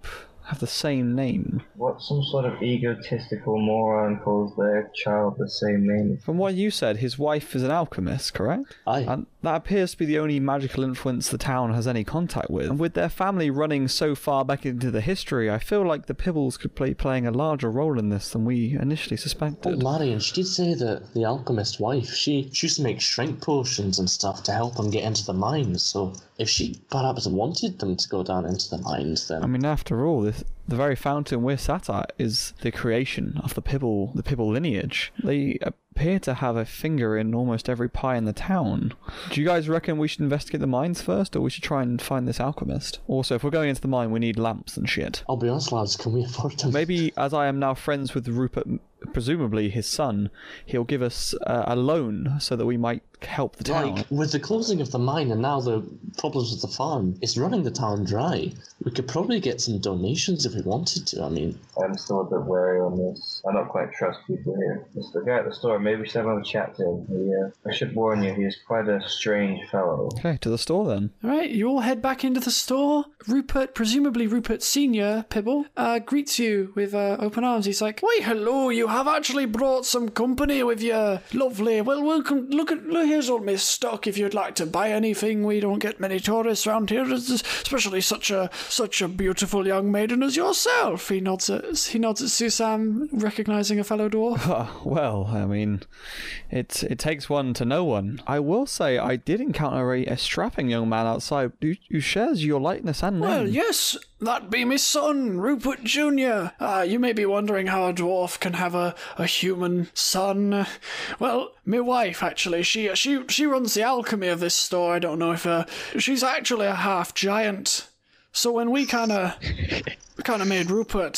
Speaker 2: have the same name?
Speaker 4: What some sort of egotistical moron calls their child the same name?
Speaker 2: From what you said, his wife is an alchemist, correct?
Speaker 3: Aye.
Speaker 2: And that appears to be the only magical influence the town has any contact with. And with their family running so far back into the history, I feel like the Pibbles could be playing a larger role in this than we initially
Speaker 3: Oh,
Speaker 2: suspected.
Speaker 3: Marion, she did say that the alchemist's wife, she, she used to make strength potions and stuff to help them get into the mines, so if she perhaps wanted them to go down into the mines, then
Speaker 2: I mean, after all, this, the very fountain we're sat at is the creation of the Pibble, the Pibble lineage. They appear to have a finger in almost every pie in the town. Do you guys reckon we should investigate the mines first, or we should try and find this alchemist? Also, if we're going into the mine, we need lamps and shit.
Speaker 3: I'll be honest, lads, can we afford them?
Speaker 2: Maybe, as I am now friends with Rupert, presumably his son, he'll give us uh, a loan so that we might help the town.
Speaker 3: Like, with the closing of the mine and now the problems with the farm, it's running the town dry. We could probably get some donations if we wanted to. I mean,
Speaker 4: I'm still a bit wary on this. I don't quite trust people here. It's the guy at the store. Maybe we should have another chat to him. He, uh, I should warn you, he's quite a strange fellow.
Speaker 2: Okay, to the store then.
Speaker 7: All right, you all head back into the store. Rupert, presumably Rupert Senior Pibble, uh, greets you with uh, open arms. He's like, "Why, hello! You have actually brought some company with you. Lovely. Well, welcome. Look at look here's all my stock. If you'd like to buy anything, we don't get many tourists around here, es- especially such a such a beautiful young maiden as yourself." He nods at he nods at Susam, recognizing a fellow dwarf.
Speaker 2: Ah, well, I mean, it it takes one to know one. I will say I did encounter a, a strapping young man outside who, who shares your likeness and name.
Speaker 7: Well, yes, that be my son, Rupert Jr. Ah, you may be wondering how a dwarf can have a, a human son. Well, my wife, actually, she, she, she runs the alchemy of this store. I don't know if uh, she's actually a half giant. So when we kind of kind of made Rupert,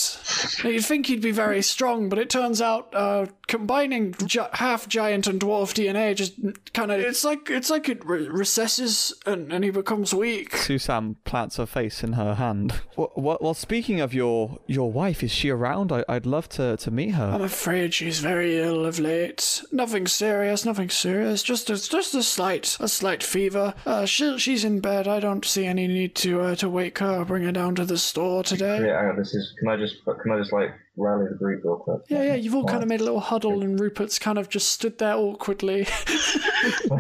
Speaker 7: you'd think he'd be very strong, but it turns out uh, combining gi- half giant and dwarf DNA just kind of it's like it's like it re- recesses and, and he becomes weak.
Speaker 2: Susan plants her face in her hand. Well, well, well speaking of your your wife, is she around? I, I'd love to, to meet her.
Speaker 7: I'm afraid she's very ill of late. Nothing serious, nothing serious. Just a, just a slight, a slight fever. Uh, she, she's in bed. I don't see any need to uh, to wake her or bring her down to the store today.
Speaker 4: Yeah, hang on, this is. Can I just? Can I just like rally the group real quick?
Speaker 7: Yeah, yeah. You've all kind of made a little huddle, and Rupert's kind of just stood there awkwardly.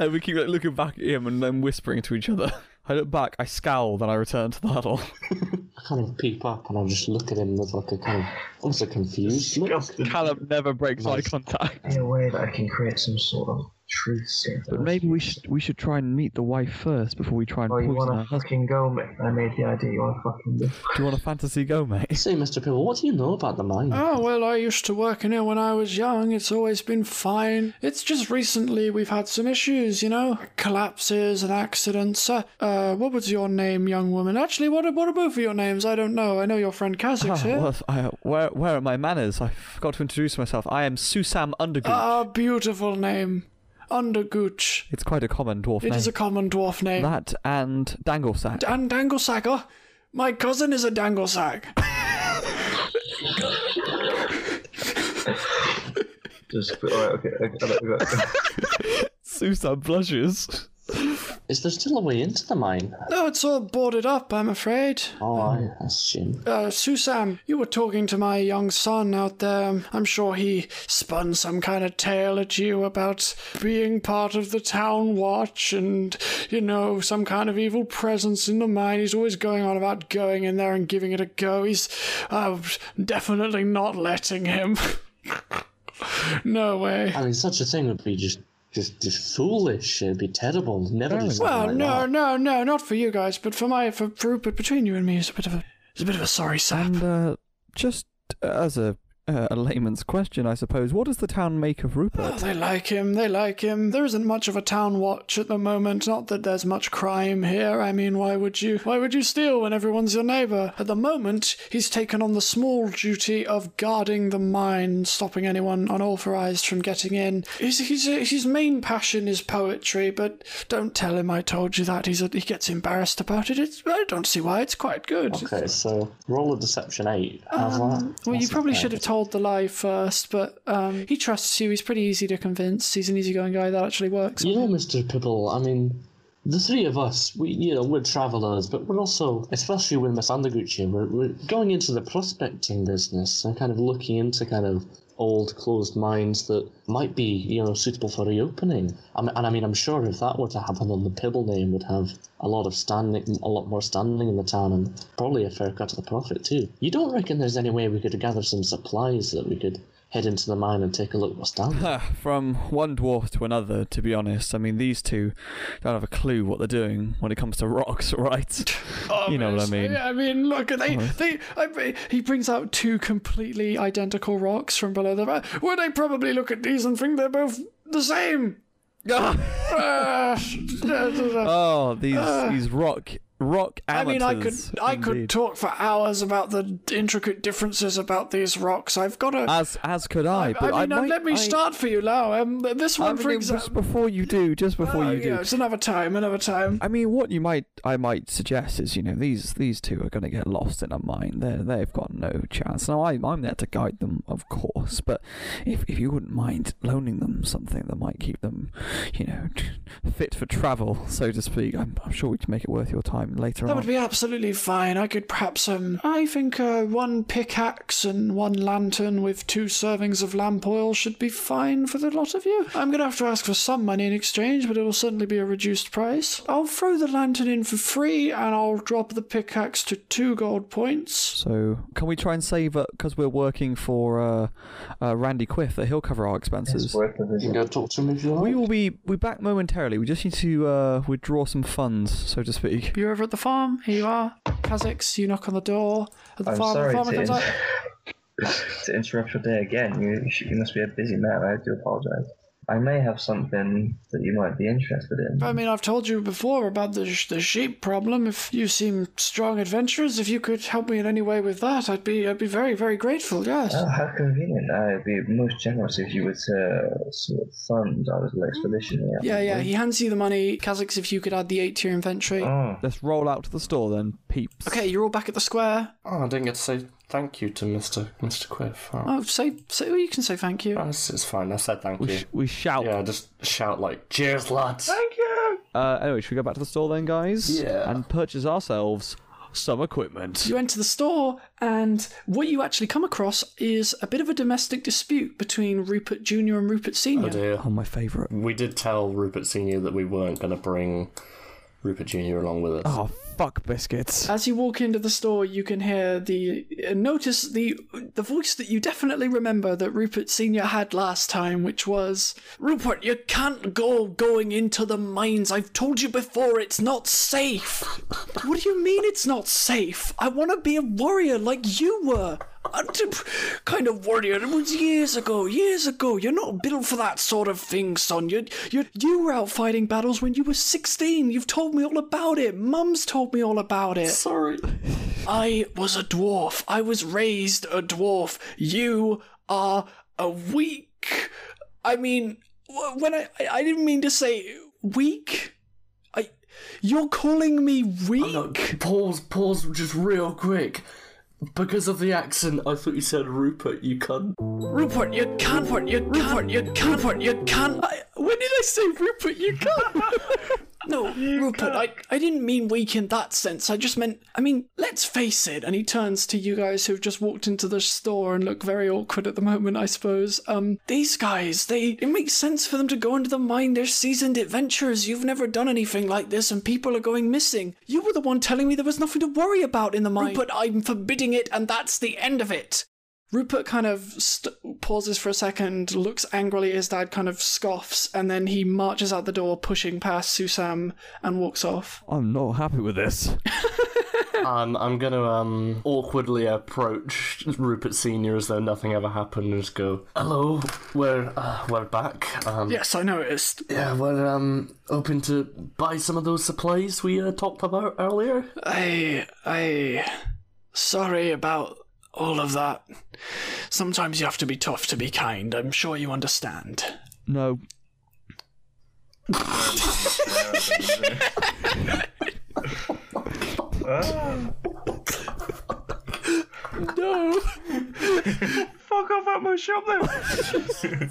Speaker 2: And we keep like, looking back at him and then whispering to each other. I look back, I scowl, then I return to the huddle.
Speaker 3: I kind of peep up and I just look at him with like a kind of almost a confused look.
Speaker 8: Callum never breaks eye contact.
Speaker 4: In a way that I can create some sort of truth serum.
Speaker 8: But maybe we should we should try and meet the wife first before we try and
Speaker 4: Oh, you
Speaker 8: poison her
Speaker 4: wanna
Speaker 8: husband.
Speaker 4: fucking go, mate? I made the idea. You wanna fucking go?
Speaker 2: Do you want a fantasy go, mate?
Speaker 3: Say, Mr. Pibble, what do you know about the mine?
Speaker 2: Uh,
Speaker 7: oh well, I used to work in here when I was young. It's always been fine. It's just recently we've had some issues, you know, collapses and accidents. Uh, uh what was your name, young woman? Actually, what are, what are both of your names? I don't know. I know your friend Kazakh's
Speaker 2: Ah, well, I,
Speaker 7: here.
Speaker 2: where where are my manners? I forgot to introduce myself. I am Susam Undergood.
Speaker 7: Ah, beautiful name. Undergooch.
Speaker 2: it's quite a common dwarf
Speaker 7: It
Speaker 2: name.
Speaker 7: is a common dwarf name.
Speaker 2: That and Danglesack.
Speaker 7: and Danglesack. Oh, my cousin is a Danglesack.
Speaker 4: Just alright, okay. okay, okay, okay.
Speaker 2: Susam blushes.
Speaker 3: Is there still a way into the mine?
Speaker 7: no, it's all boarded up, I'm afraid.
Speaker 3: Oh, I that's shame.
Speaker 7: Uh, Susam, you were talking to my young son out there. I'm sure he spun some kind of tale at you about being part of the town watch and, you know, some kind of evil presence in the mine. He's always going on about going in there and giving it a go. He's uh, definitely not letting him. no way.
Speaker 3: I mean, such a thing would be just just, just foolish. It'd be terrible. Never do something
Speaker 7: Well,
Speaker 3: like
Speaker 7: no,
Speaker 3: that.
Speaker 7: no, no, not for you guys, but for my for, for Rupert. Between you and me, it's a bit of a it's a bit of a sorry sap.
Speaker 2: And uh, just as a uh, a layman's question, I suppose, what does the town make of
Speaker 7: Oh,
Speaker 2: Rupert?
Speaker 7: they like him. They like him. There isn't much of a town watch at the moment. Not that there's much crime here. I mean, why would you? Why would you steal when everyone's your neighbor? At the moment, he's taken on the small duty of guarding the mine, stopping anyone unauthorized from getting in. His his his main passion is poetry, but don't tell him I told you that. He's a, he gets embarrassed about it. It's, I don't see why. It's quite good.
Speaker 3: Okay, so roll a deception eight. How's that?
Speaker 7: Um, Well, you
Speaker 3: That's
Speaker 7: probably
Speaker 3: okay.
Speaker 7: should have told the lie first, but um, he trusts you. He's pretty easy to convince. He's an easygoing guy. That actually works.
Speaker 3: You know, Mr. Pibble, I mean, the three of us, we, you know, we're travellers, but we're also, especially with Miss Undergucci, we're, we're going into the prospecting business and kind of looking into kind of old closed mines that might be, you know, suitable for reopening. I mean, and I mean, I'm sure if that were to happen, then the Pibble name would have a lot of standing, a lot more standing in the town and probably a fair cut of the profit too. You don't reckon there's any way we could gather some supplies that we could head into the mine and take a look what's down there?
Speaker 2: Huh, From one dwarf to another, to be honest. I mean, these two don't have a clue what they're doing when it comes to rocks, right?
Speaker 7: Oh,
Speaker 2: you know what I mean.
Speaker 7: I mean, look, they, they, I mean, he brings out two completely identical rocks from below the. Well, they probably look at these and think they're both the same.
Speaker 2: Ah!
Speaker 7: Ah,
Speaker 2: oh, these these rock rock
Speaker 7: I mean,
Speaker 2: amateurs.
Speaker 7: I could I could
Speaker 2: indeed.
Speaker 7: talk for hours about the intricate differences about these rocks. I've got to.
Speaker 2: as as could I. but
Speaker 7: I mean, um,
Speaker 2: might-
Speaker 7: let me
Speaker 2: I-
Speaker 7: start for you now. Um, this
Speaker 2: I
Speaker 7: one,
Speaker 2: mean,
Speaker 7: for
Speaker 2: just
Speaker 7: example. Oh,
Speaker 2: before you do, just before you do,
Speaker 7: Yeah, it's another time. Another time.
Speaker 2: I mean, what you might I might suggest is, you know, these these two are going to get lost in a mine. They they've got no chance. Now I I'm there to guide them, of course, but if if you wouldn't mind loaning them something that might keep them, you know, fit for travel, so to speak, I'm, I'm sure we can make it worth your time later
Speaker 7: That
Speaker 2: on.
Speaker 7: would be absolutely fine. I could perhaps um I think uh, one pickaxe and one lantern with two servings of lamp oil should be fine for the lot of you. I'm gonna have to ask for some money in exchange, but it will certainly be a reduced price. I'll throw the lantern in for free and I'll drop the pickaxe to two gold points.
Speaker 2: so can we try and save because we're working for uh, uh, Randy Quiff that he'll cover our expenses.
Speaker 4: It's worth it,
Speaker 9: You
Speaker 4: isn't
Speaker 9: can
Speaker 4: it?
Speaker 9: go talk to him if you like.
Speaker 2: We will be we back momentarily. We just need to uh, withdraw some funds, so to speak.
Speaker 7: You're over at the farm, here you are. Kazix, you knock on the door at the
Speaker 4: I'm
Speaker 7: farm, the
Speaker 4: sorry
Speaker 7: farmer
Speaker 4: to,
Speaker 7: comes out.
Speaker 4: to interrupt your day again. You, you should- you must be a busy man. I do apologise. I may have something that you might be interested in.
Speaker 7: I mean, I've told you before about the, sh- the sheep problem. If you seem strong adventurers, if you could help me in any way with that, I'd be I'd be very very grateful. Yes.
Speaker 4: Oh, how convenient. I'd be most generous if you were to sort of fund our little expedition here.
Speaker 7: yeah, yeah. He hands you the money, Kazix. If you could add the eight to your inventory.
Speaker 4: Oh,
Speaker 2: Let's roll out to the store then, peeps.
Speaker 7: Okay, you're all back at the square.
Speaker 9: Oh, I didn't get to say thank you to Mr. Mr. Quiff. Oh,
Speaker 7: Oh, say say well, you can say thank you.
Speaker 9: that's- it's fine. I said thank
Speaker 2: We,
Speaker 9: you.
Speaker 2: sh- we shout.
Speaker 9: Yeah, just shout like, cheers, lads.
Speaker 2: Uh, anyway, should we go back to the store then, guys?
Speaker 9: Yeah.
Speaker 2: And purchase ourselves some equipment.
Speaker 7: You enter the store, and what you actually come across is a bit of a domestic dispute between Rupert Junior and Rupert
Speaker 9: Oh
Speaker 7: Senior.
Speaker 9: dear.
Speaker 2: Oh, my favourite.
Speaker 9: We did tell Rupert Senior that we weren't going to bring Rupert Junior along with us.
Speaker 2: Oh, fuck biscuits.
Speaker 7: As you walk into the store, you can hear the uh, notice the the voice that you definitely remember that Rupert Senior had last time, which was Rupert, you can't go going into the mines. I've told you before, it's not safe. what do you mean it's not safe? I want to be a warrior like you were. A t- kind of warrior. It was years ago, years ago. You're not built for that sort of thing, son. You, you, you were out fighting battles when you were 16. You've told me all about it. Mum's told me all about it.
Speaker 9: Sorry.
Speaker 7: I was a dwarf. I was raised a dwarf. You are a weak. I mean, wh- when I I I didn't mean to say weak. I you're calling me weak.
Speaker 9: pause, pause, just real quick. Because of the accent, I thought you said Rupert. You cunt.
Speaker 7: Rupert, you can't. Rupert, you can't. Rupert, you can't. Rupert, you can't. I, when did I say Rupert? You can't. no, Rupert, I, I didn't mean weak in that sense. I just meant, I mean, let's face it. And he turns to you guys who've just walked into the store and look very awkward at the moment, I suppose. Um, these guys, they it makes sense for them to go into the mine. They're seasoned adventurers. You've never done anything like this, and people are going missing. You were the one telling me there was nothing to worry about in the mine. Rupert, I'm forbidding it, and that's the end of it. Rupert kind of st- pauses for a second, looks angrily at his dad, kind of scoffs, and then he marches out the door, pushing past Susam, and walks off.
Speaker 2: I'm not happy with this.
Speaker 9: Um, I'm gonna um awkwardly approach Rupert Senior as though nothing ever happened and just go, "Hello, we're uh, we're back. Um,
Speaker 7: Yes, I noticed.
Speaker 9: yeah, we're um hoping to buy some of those supplies we uh, talked about earlier.
Speaker 7: I, I, sorry about all of that. Sometimes you have to be tough to be kind. I'm sure you understand.
Speaker 2: No.
Speaker 10: Fuck off out my shop then.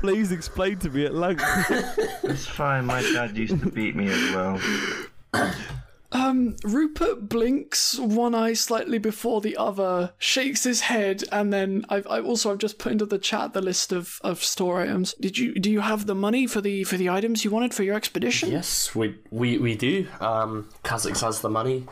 Speaker 2: Please explain to me at length.
Speaker 4: it's fine. My dad used to beat me as well.
Speaker 7: Um, Rupert blinks one eye slightly before the other, shakes his head, and then I've I also I've just put into the chat the list of, of store items. Did you do you have the money for the for the items you wanted for your expedition?
Speaker 9: Yes, we we we do. Um, Kazix has the money.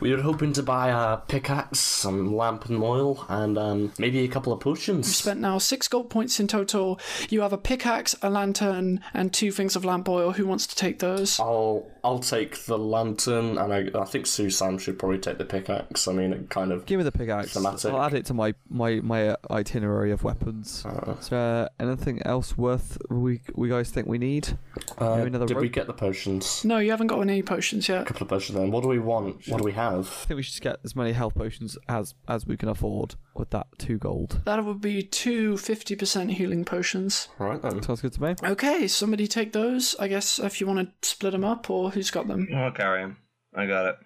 Speaker 9: We were hoping to buy a pickaxe, some lamp and oil, and um maybe a couple of potions.
Speaker 7: Spent now six gold points in total. You have a pickaxe, a
Speaker 9: Uh,
Speaker 7: lantern, and two things of lamp oil. Who wants to take those?
Speaker 9: I'll I'll take the lantern and I, I think Susan should probably take the pickaxe. I mean, it kind of.
Speaker 2: Give me the pickaxe.
Speaker 9: Thematic.
Speaker 2: I'll add it to my my my uh, itinerary of weapons.
Speaker 9: Uh,
Speaker 2: Is there anything else worth we we guys think we need?
Speaker 9: uh,
Speaker 2: Maybe another
Speaker 9: did we
Speaker 2: rope?
Speaker 9: get the potions?
Speaker 7: No, you haven't got any potions
Speaker 9: A
Speaker 7: yet.
Speaker 9: couple of potions then. What do we want? What do we have?
Speaker 2: I think we should just get as many health potions as as we can afford with that two gold.
Speaker 7: That would be two 50% healing potions.
Speaker 9: Right then.
Speaker 2: Sounds good to me.
Speaker 7: Okay, somebody take those. I guess if you want to split them up, or who's got them?
Speaker 4: I'll carry him. I got it.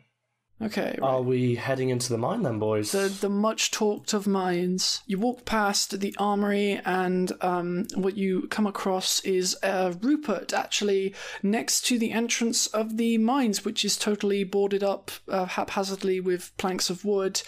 Speaker 7: Okay.
Speaker 9: Are we heading into the mine then, boys?
Speaker 7: The the much talked of mines. You walk past the armory, and um, what you come across is uh, Rupert actually next to the entrance of the mines, which is totally boarded up uh, haphazardly with planks of wood.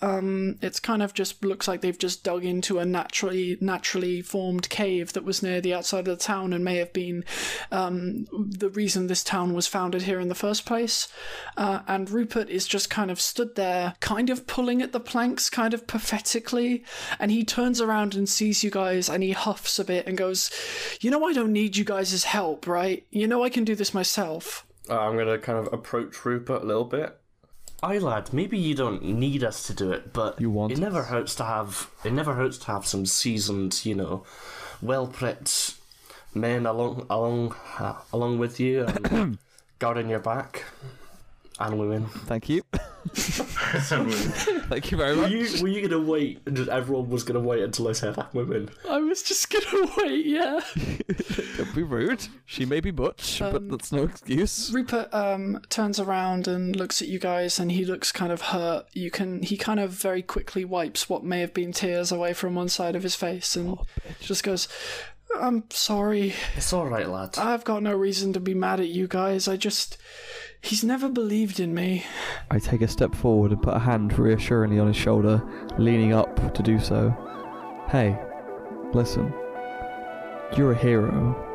Speaker 7: Um, it's kind of just looks like they've just dug into a naturally naturally formed cave that was near the outside of the town and may have been um, the reason this town was founded here in the first place. Uh, and Rupert is just kind of stood there, kind of pulling at the planks, kind of pathetically. And he turns around and sees you guys and he huffs a bit and goes, You know, I don't need you guys' help, right? You know, I can do this myself.
Speaker 9: Uh, I'm gonna kind of approach Rupert a little bit. Aye, lad. Maybe you don't need us to do it, but
Speaker 2: You want
Speaker 9: it never hurts to have it never hurts to have some seasoned, you know, well prepped men along along uh, along with you and guarding your back and women.
Speaker 2: Thank you. Thank you very
Speaker 9: Were
Speaker 2: much.
Speaker 9: you were you gonna wait? and Just everyone was gonna wait until I said that women.
Speaker 7: I was just gonna wait, yeah.
Speaker 2: Don't be rude. She may be butch,
Speaker 7: Um,
Speaker 2: but that's no excuse.
Speaker 7: Rupert um, turns around and looks at you guys, and he looks kind of hurt. You can he kind of very quickly wipes what may have been tears away from one side of his face, and just goes, "I'm sorry.
Speaker 9: It's all right, lad.
Speaker 7: I've got no reason to be mad at you guys. I just he's never believed in me.
Speaker 2: I take a step forward and put a hand reassuringly on his shoulder, leaning up to do so. Hey, listen. You're a hero.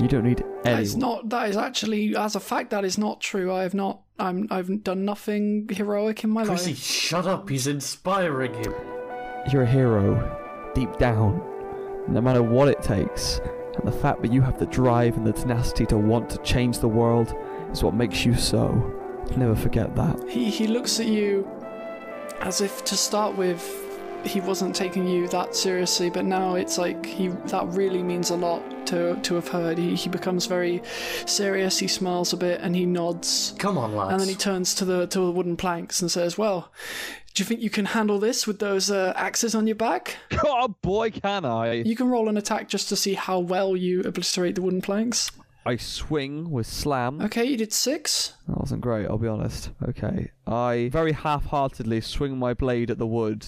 Speaker 2: You don't need
Speaker 7: That's
Speaker 2: anyone.
Speaker 7: not that is actually as a fact that is not true. I have not. I'm I've done nothing heroic in my
Speaker 9: Chrissy,
Speaker 7: life.
Speaker 9: shut up. He's inspiring him.
Speaker 2: You're a hero, deep down. No matter what it takes, and the fact that you have the drive and the tenacity to want to change the world is what makes you so. Never forget that.
Speaker 7: He he looks at you as if to start with he wasn't taking you that seriously, but now it's like he that really means a lot to to have heard. He he becomes very serious. He smiles a bit and he nods.
Speaker 9: Come on, lad.
Speaker 7: And then he turns to the to the wooden planks and says, "Well, do you think you can handle this with those uh, axes on your back?
Speaker 2: Oh boy, can I!
Speaker 7: You can roll an attack just to see how well you obliterate the wooden planks."
Speaker 2: I swing with slam.
Speaker 7: Okay, you did six.
Speaker 2: That wasn't great, I'll be honest. Okay. I very half heartedly swing my blade at the wood.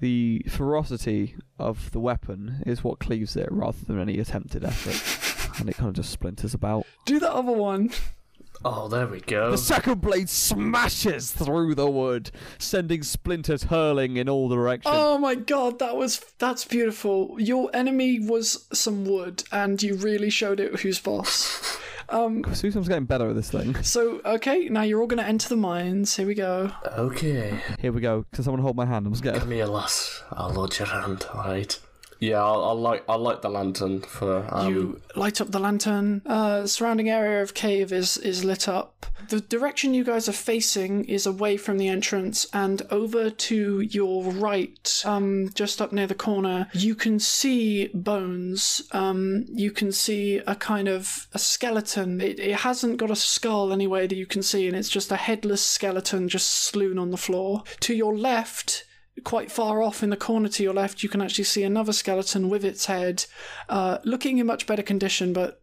Speaker 2: The ferocity of the weapon is what cleaves it rather than any attempted effort. and it kind of just splinters about.
Speaker 7: Do the other one.
Speaker 9: Oh, there we go.
Speaker 2: The second blade smashes through the wood, sending splinters hurling in all directions.
Speaker 7: Oh my god, that was that's beautiful. Your enemy was some wood, and you really showed it who's boss.
Speaker 2: Susan's getting better at this thing.
Speaker 7: So okay, now you're all gonna enter the mines. Here we go.
Speaker 9: Okay.
Speaker 2: Here we go. Can someone hold my hand? I'm scared.
Speaker 9: Come here, lass. I'll load your hand, alright? Yeah, I'll, I'll light. I'll light the lantern for. Um,
Speaker 7: You light up the lantern. Uh, surrounding area of cave is is lit up. The direction you guys are facing is away from the entrance and over to your right, um, just up near the corner. You can see bones. Um, you can see a kind of a skeleton. It, it hasn't got a skull anyway that you can see, and it's just a headless skeleton just slewn on the floor. To your left quite far off in the corner to your left, you can actually see another skeleton with its head, uh, looking in much better condition, but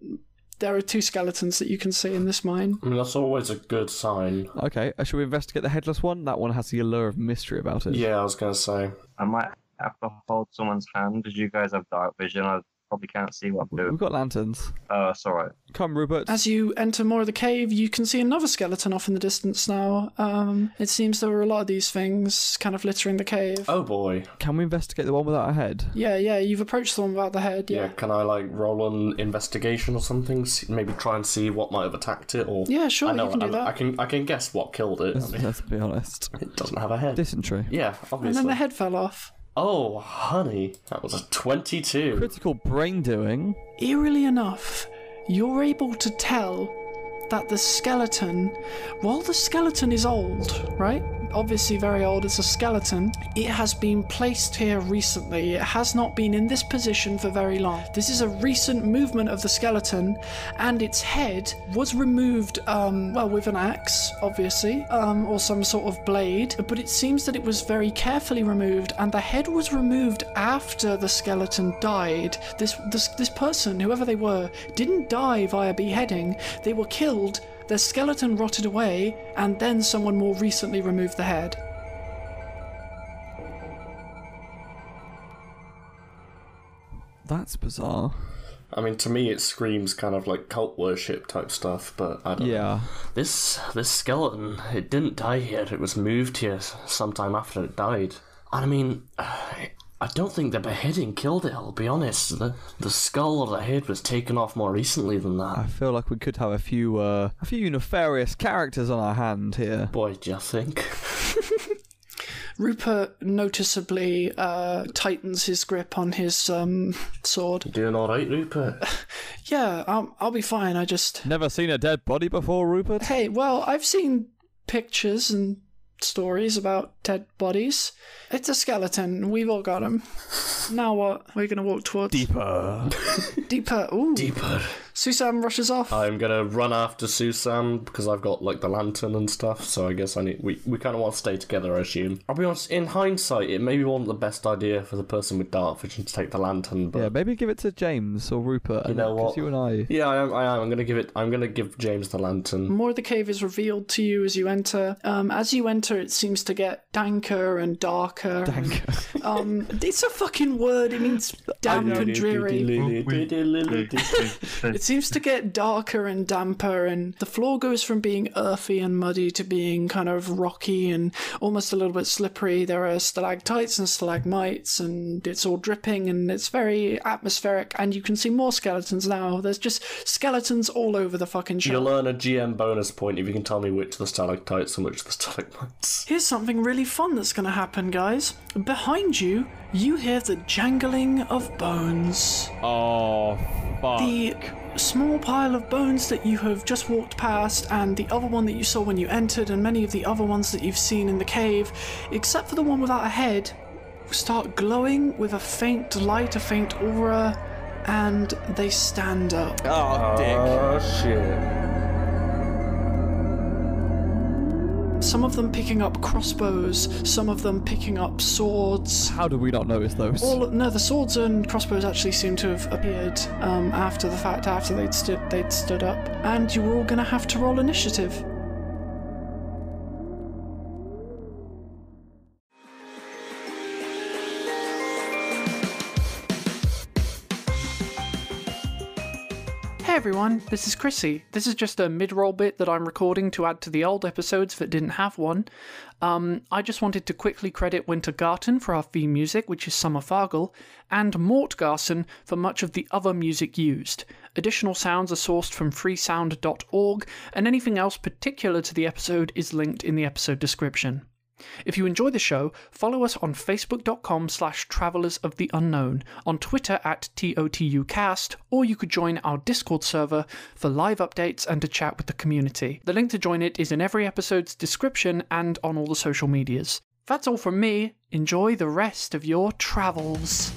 Speaker 7: there are two skeletons that you can see in this mine.
Speaker 9: I mean, that's always a good sign.
Speaker 2: Okay, uh, should we investigate the headless one? That one has the allure of mystery about it.
Speaker 9: Yeah, I was gonna say.
Speaker 4: I might have to hold someone's hand because you guys have dark vision. I probably can't see what I'm
Speaker 2: We've
Speaker 4: doing.
Speaker 2: got lanterns.
Speaker 4: Oh, it's alright.
Speaker 2: Come, Rupert.
Speaker 7: As you enter more of the cave, you can see another skeleton off in the distance now. Um, it seems there were a lot of these things kind of littering the cave.
Speaker 9: Oh boy.
Speaker 2: Can we investigate the one without a head?
Speaker 7: Yeah, yeah, you've approached the one without the head.
Speaker 9: Yeah.
Speaker 7: Yeah.
Speaker 9: Can I like roll an investigation or something? S- Maybe try and see what might have attacked it, or
Speaker 7: Yeah, sure,
Speaker 9: I know.
Speaker 7: you can do
Speaker 9: I,
Speaker 7: that.
Speaker 9: I can. I can guess what killed it. I
Speaker 2: Let's,
Speaker 9: mean,
Speaker 2: let's be honest.
Speaker 9: it doesn't have a head.
Speaker 2: Dysentery.
Speaker 9: Yeah,
Speaker 7: and
Speaker 9: obviously.
Speaker 7: then the head fell off.
Speaker 9: Oh, honey, that was a twenty-two.
Speaker 2: Critical brain doing.
Speaker 7: Eerily enough, you're able to tell that the skeleton, while the skeleton is old, right? Obviously, very old, it's a skeleton. It has been placed here recently. It has not been in this position for very long. This is a recent movement of the skeleton, and its head was removed, um, well, with an axe, obviously, um, or some sort of blade, but it seems that it was very carefully removed, and the head was removed after the skeleton died. This, this, this person, whoever they were, didn't die via beheading, they were killed. Their skeleton rotted away, and then someone more recently removed the head.
Speaker 11: That's bizarre.
Speaker 9: I mean, to me, it screams kind of like cult worship type stuff, but I don't. know.
Speaker 11: Yeah.
Speaker 9: This this skeleton, it didn't die here. It was moved here s- sometime after it died. And I mean, I don't think the beheading killed it. I'll be honest. The the skull or the head was taken off more recently than
Speaker 11: I
Speaker 9: that.
Speaker 11: feel like we could have a few uh, a few nefarious characters on our hand here.
Speaker 9: Boy, do you think?
Speaker 7: Rupert noticeably uh, tightens his grip on his um, sword.
Speaker 9: Doing all right, Rupert.
Speaker 7: Yeah, um, I'll be fine. I just.
Speaker 11: Never seen a dead body before, Rupert.
Speaker 7: Hey, well, I've seen pictures and stories about dead bodies. It's a skeleton. We've all got them. Now what? We're going to walk towards.
Speaker 12: Deeper.
Speaker 7: Deeper. Ooh.
Speaker 9: Deeper.
Speaker 7: Susan rushes off.
Speaker 9: I'm gonna run after Susan because I've got like the lantern and stuff. So I guess I need we, we kind of want to stay together. I assume. I'll be honest. In hindsight, it maybe wasn't the best idea for the person with dark vision to take the lantern. But
Speaker 11: Yeah, maybe give it to James or Rupert.
Speaker 9: You
Speaker 11: and then-
Speaker 9: know
Speaker 11: 'cause
Speaker 9: what?
Speaker 11: You and I.
Speaker 9: Yeah, I am. I am. I'm gonna give it. I'm gonna give James the lantern.
Speaker 7: More of the cave is revealed to you as you enter. Um, as you enter, it seems to get danker and darker. Danker. um, it's a fucking word. It means damp and dreary. It seems to get darker and damper, and the floor goes from being earthy and muddy to being kind of rocky and almost a little bit slippery. There are stalactites and stalagmites, and it's all dripping and it's very atmospheric. And you can see more skeletons now. There's just skeletons all over the fucking shop.
Speaker 9: You'll earn a GM bonus point if you can tell me which are the stalactites and which are the stalagmites.
Speaker 7: Here's something really fun that's going to happen, guys. Behind you, you hear the jangling of bones.
Speaker 1: Oh, fuck.
Speaker 7: the small pile of bones that you have just walked past and the other one that you saw when you entered and many of the other ones that you've seen in the cave except for the one without a head start glowing with a faint light a faint aura and they stand up
Speaker 1: Oh, dick.
Speaker 9: shit!
Speaker 7: some of them picking up crossbows some of them picking up swords
Speaker 11: How did we not notice those?
Speaker 7: all no the swords and crossbows actually seem to have appeared um, after the fact after they'd stood they'd stood up and you were all gonna have to roll initiative Hey everyone, this is Chrissy. This is just a mid roll bit that I'm recording to add to the old episodes that didn't have one. Um, I just wanted to quickly credit Wintergarten for our theme music, which is Summer Fargle, and Mortgarsen for much of the other music used. Additional sounds are sourced from freesound.org, and anything else particular to the episode is linked in the episode description. If you enjoy the show, follow us on facebook.com slash travelers of the unknown, on Twitter at TOTUcast, or you could join our Discord server for live updates and to chat with the community. The link to join it is in every episode's description and on all the social medias. That's all from me. Enjoy the rest of your travels.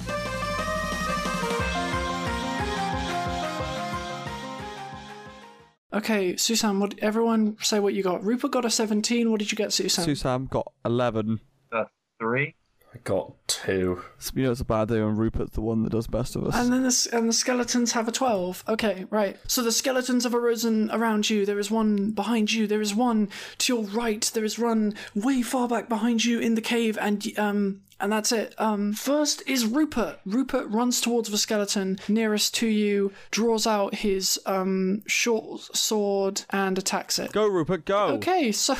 Speaker 7: Okay, Susan, what everyone say what you got. Rupert got a 17. What did you get, Susan?
Speaker 11: Susam got 11.
Speaker 4: Uh, three.
Speaker 9: I got two.
Speaker 11: So, You know it's a bad day when Rupert's the one that does best of us.
Speaker 7: And then the, and the skeletons have a 12. Okay, right. So the skeletons have arisen around you. There is one behind you. There is one to your right. There is one way far back behind you in the cave. And, um, and that's it. Um, first is Rupert. Rupert runs towards the skeleton nearest to you, draws out his, um, short sword and attacks it.
Speaker 11: go, Rupert, go!
Speaker 7: Okay, so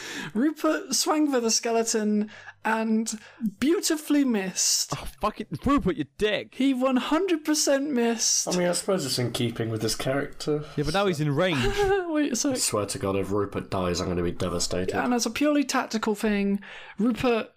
Speaker 7: Rupert swung for the skeleton and beautifully missed.
Speaker 11: Oh, fuck it, Rupert, you dick!
Speaker 7: He 100% missed.
Speaker 9: I mean, I suppose it's in keeping with this character.
Speaker 11: Yeah, but now he's in range.
Speaker 7: Wait, so
Speaker 9: I swear to God, if Rupert dies, I'm going to be devastated.
Speaker 7: and as a purely tactical thing, Rupert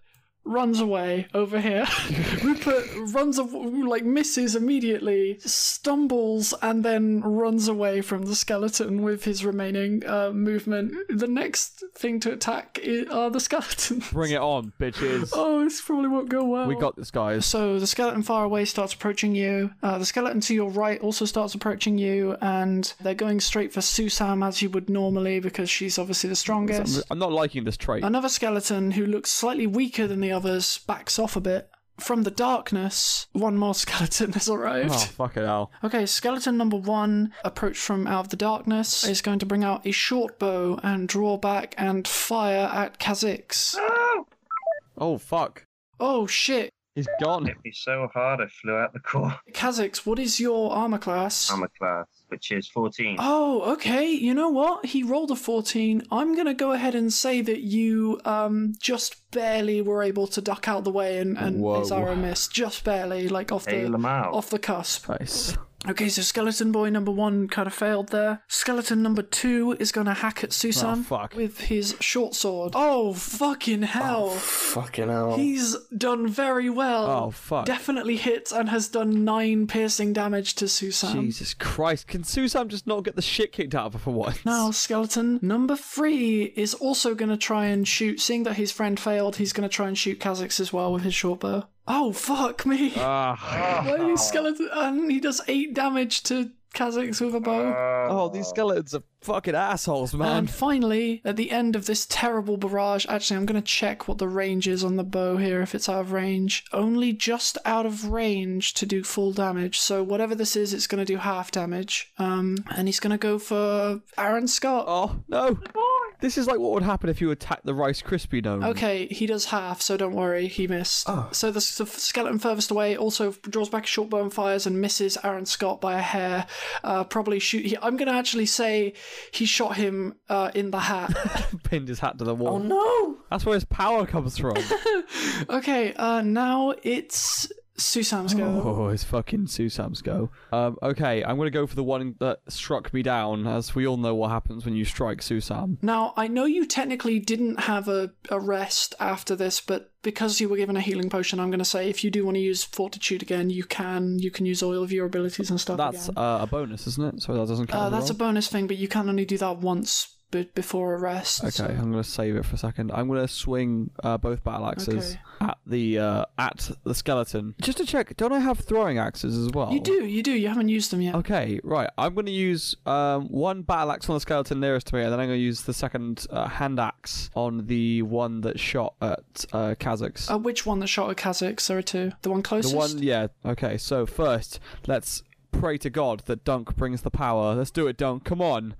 Speaker 7: runs away over here. Rupert runs, aw- like, misses immediately, stumbles, and then runs away from the skeleton with his remaining uh, movement. The next thing to attack i are the skeletons.
Speaker 2: Bring it on, bitches.
Speaker 7: Oh, this probably won't go well.
Speaker 2: We got this, guys.
Speaker 7: So the skeleton far away starts approaching you. Uh, the skeleton to your right also starts approaching you, and they're going straight for Susam as you would normally because she's obviously the strongest.
Speaker 2: I'm not liking this trait.
Speaker 7: Another skeleton who looks slightly weaker than the others backs off a bit. From the darkness, one more skeleton has arrived.
Speaker 2: Oh, fucking hell.
Speaker 7: Okay, skeleton number one, approached from out of the darkness, is going to bring out a short bow and draw back and fire at Kazix.
Speaker 2: Oh, fuck.
Speaker 7: Oh shit,
Speaker 2: He's gone.
Speaker 4: It'd be so hard I flew out the core.
Speaker 7: Kazix, what is your armor class?
Speaker 4: Armor class, which is 14.
Speaker 7: Oh, okay. You know what? He rolled a 14. I'm going to go ahead and say that you um just barely were able to duck out the way and and
Speaker 2: Whoa.
Speaker 7: his arrow missed just barely like off
Speaker 4: Hey,
Speaker 7: the
Speaker 4: Lamau.
Speaker 7: off the cusp.
Speaker 2: Nice.
Speaker 7: Okay, so skeleton boy number 1 kind of failed there. Skeleton number 2 is going to hack at Susan
Speaker 2: Oh, fuck.
Speaker 7: with his short sword. Oh, fucking hell.
Speaker 9: Fucking hell.
Speaker 7: He's done very well.
Speaker 2: Oh, fuck.
Speaker 7: Definitely hits and has done 9 piercing damage to Susan.
Speaker 2: Jesus Christ. Can Susam just not get the shit kicked out of her for once?
Speaker 7: Now, skeleton number three is also going to try and shoot. Seeing that his friend failed, he's going to try and shoot Kazix as well with his short bow. Oh, fuck me.
Speaker 2: Ah.
Speaker 7: Why did skeleton. And he does eight damage to Kazix with a bow.
Speaker 2: Oh, these skeletons are fucking assholes, man.
Speaker 7: and finally, at the end of this terrible barrage, actually, I'm going to check what the range is on the bow here if it's out of range. Only just out of range to do full damage. So, whatever this is, it's going to do half damage. Um, and he's going to go for Aaron Scott.
Speaker 2: Oh, no. This is like what would happen if you attacked the Rice Krispie Dome.
Speaker 7: Okay, he does half, so don't worry, he missed. So the, s- the skeleton furthest away also draws back a short bow and fires and misses Aaron Scott by a hair. Uh, probably shoot. He, I'm going to actually say he shot him uh, in the hat.
Speaker 2: Pinned his hat to the wall.
Speaker 9: oh no!
Speaker 2: That's where his power comes from.
Speaker 7: okay, uh, now it's Susam's go.
Speaker 2: Oh, it's fucking Susam's go. Um, okay, I'm gonna go for the one that struck me down, as we all know what happens when you strike Susam.
Speaker 7: Now, I know you technically didn't have a, a rest after this, but because you were given a healing potion, I'm going to say if you do want to use fortitude again, you can. You can use all of your abilities and stuff
Speaker 2: That's
Speaker 7: again.
Speaker 2: uh, a bonus, isn't it? So that doesn't count.
Speaker 7: Uh,
Speaker 2: on the
Speaker 7: that's a
Speaker 2: roll?
Speaker 7: bonus thing, but you can only do that once b- before arrest. so-
Speaker 2: Okay, I'm gonna save it for a second. I'm gonna swing uh, both battle axes
Speaker 7: Okay.
Speaker 2: at the uh, at the skeleton. Just to check, don't I have throwing axes as well?
Speaker 7: You do, you do. You haven't used them yet.
Speaker 2: Okay, right. I'm going to use um, one battle axe on the skeleton nearest to me, and then I'm going to use the second uh, hand axe on the one that shot at uh, Kazakh.
Speaker 7: Uh, which one that shot at Kazakh? There are two. The one
Speaker 2: The
Speaker 7: closest.
Speaker 2: one, yeah. Okay, so first, let's pray to God that Dunk brings the power. Let's do it, Dunk. Come on.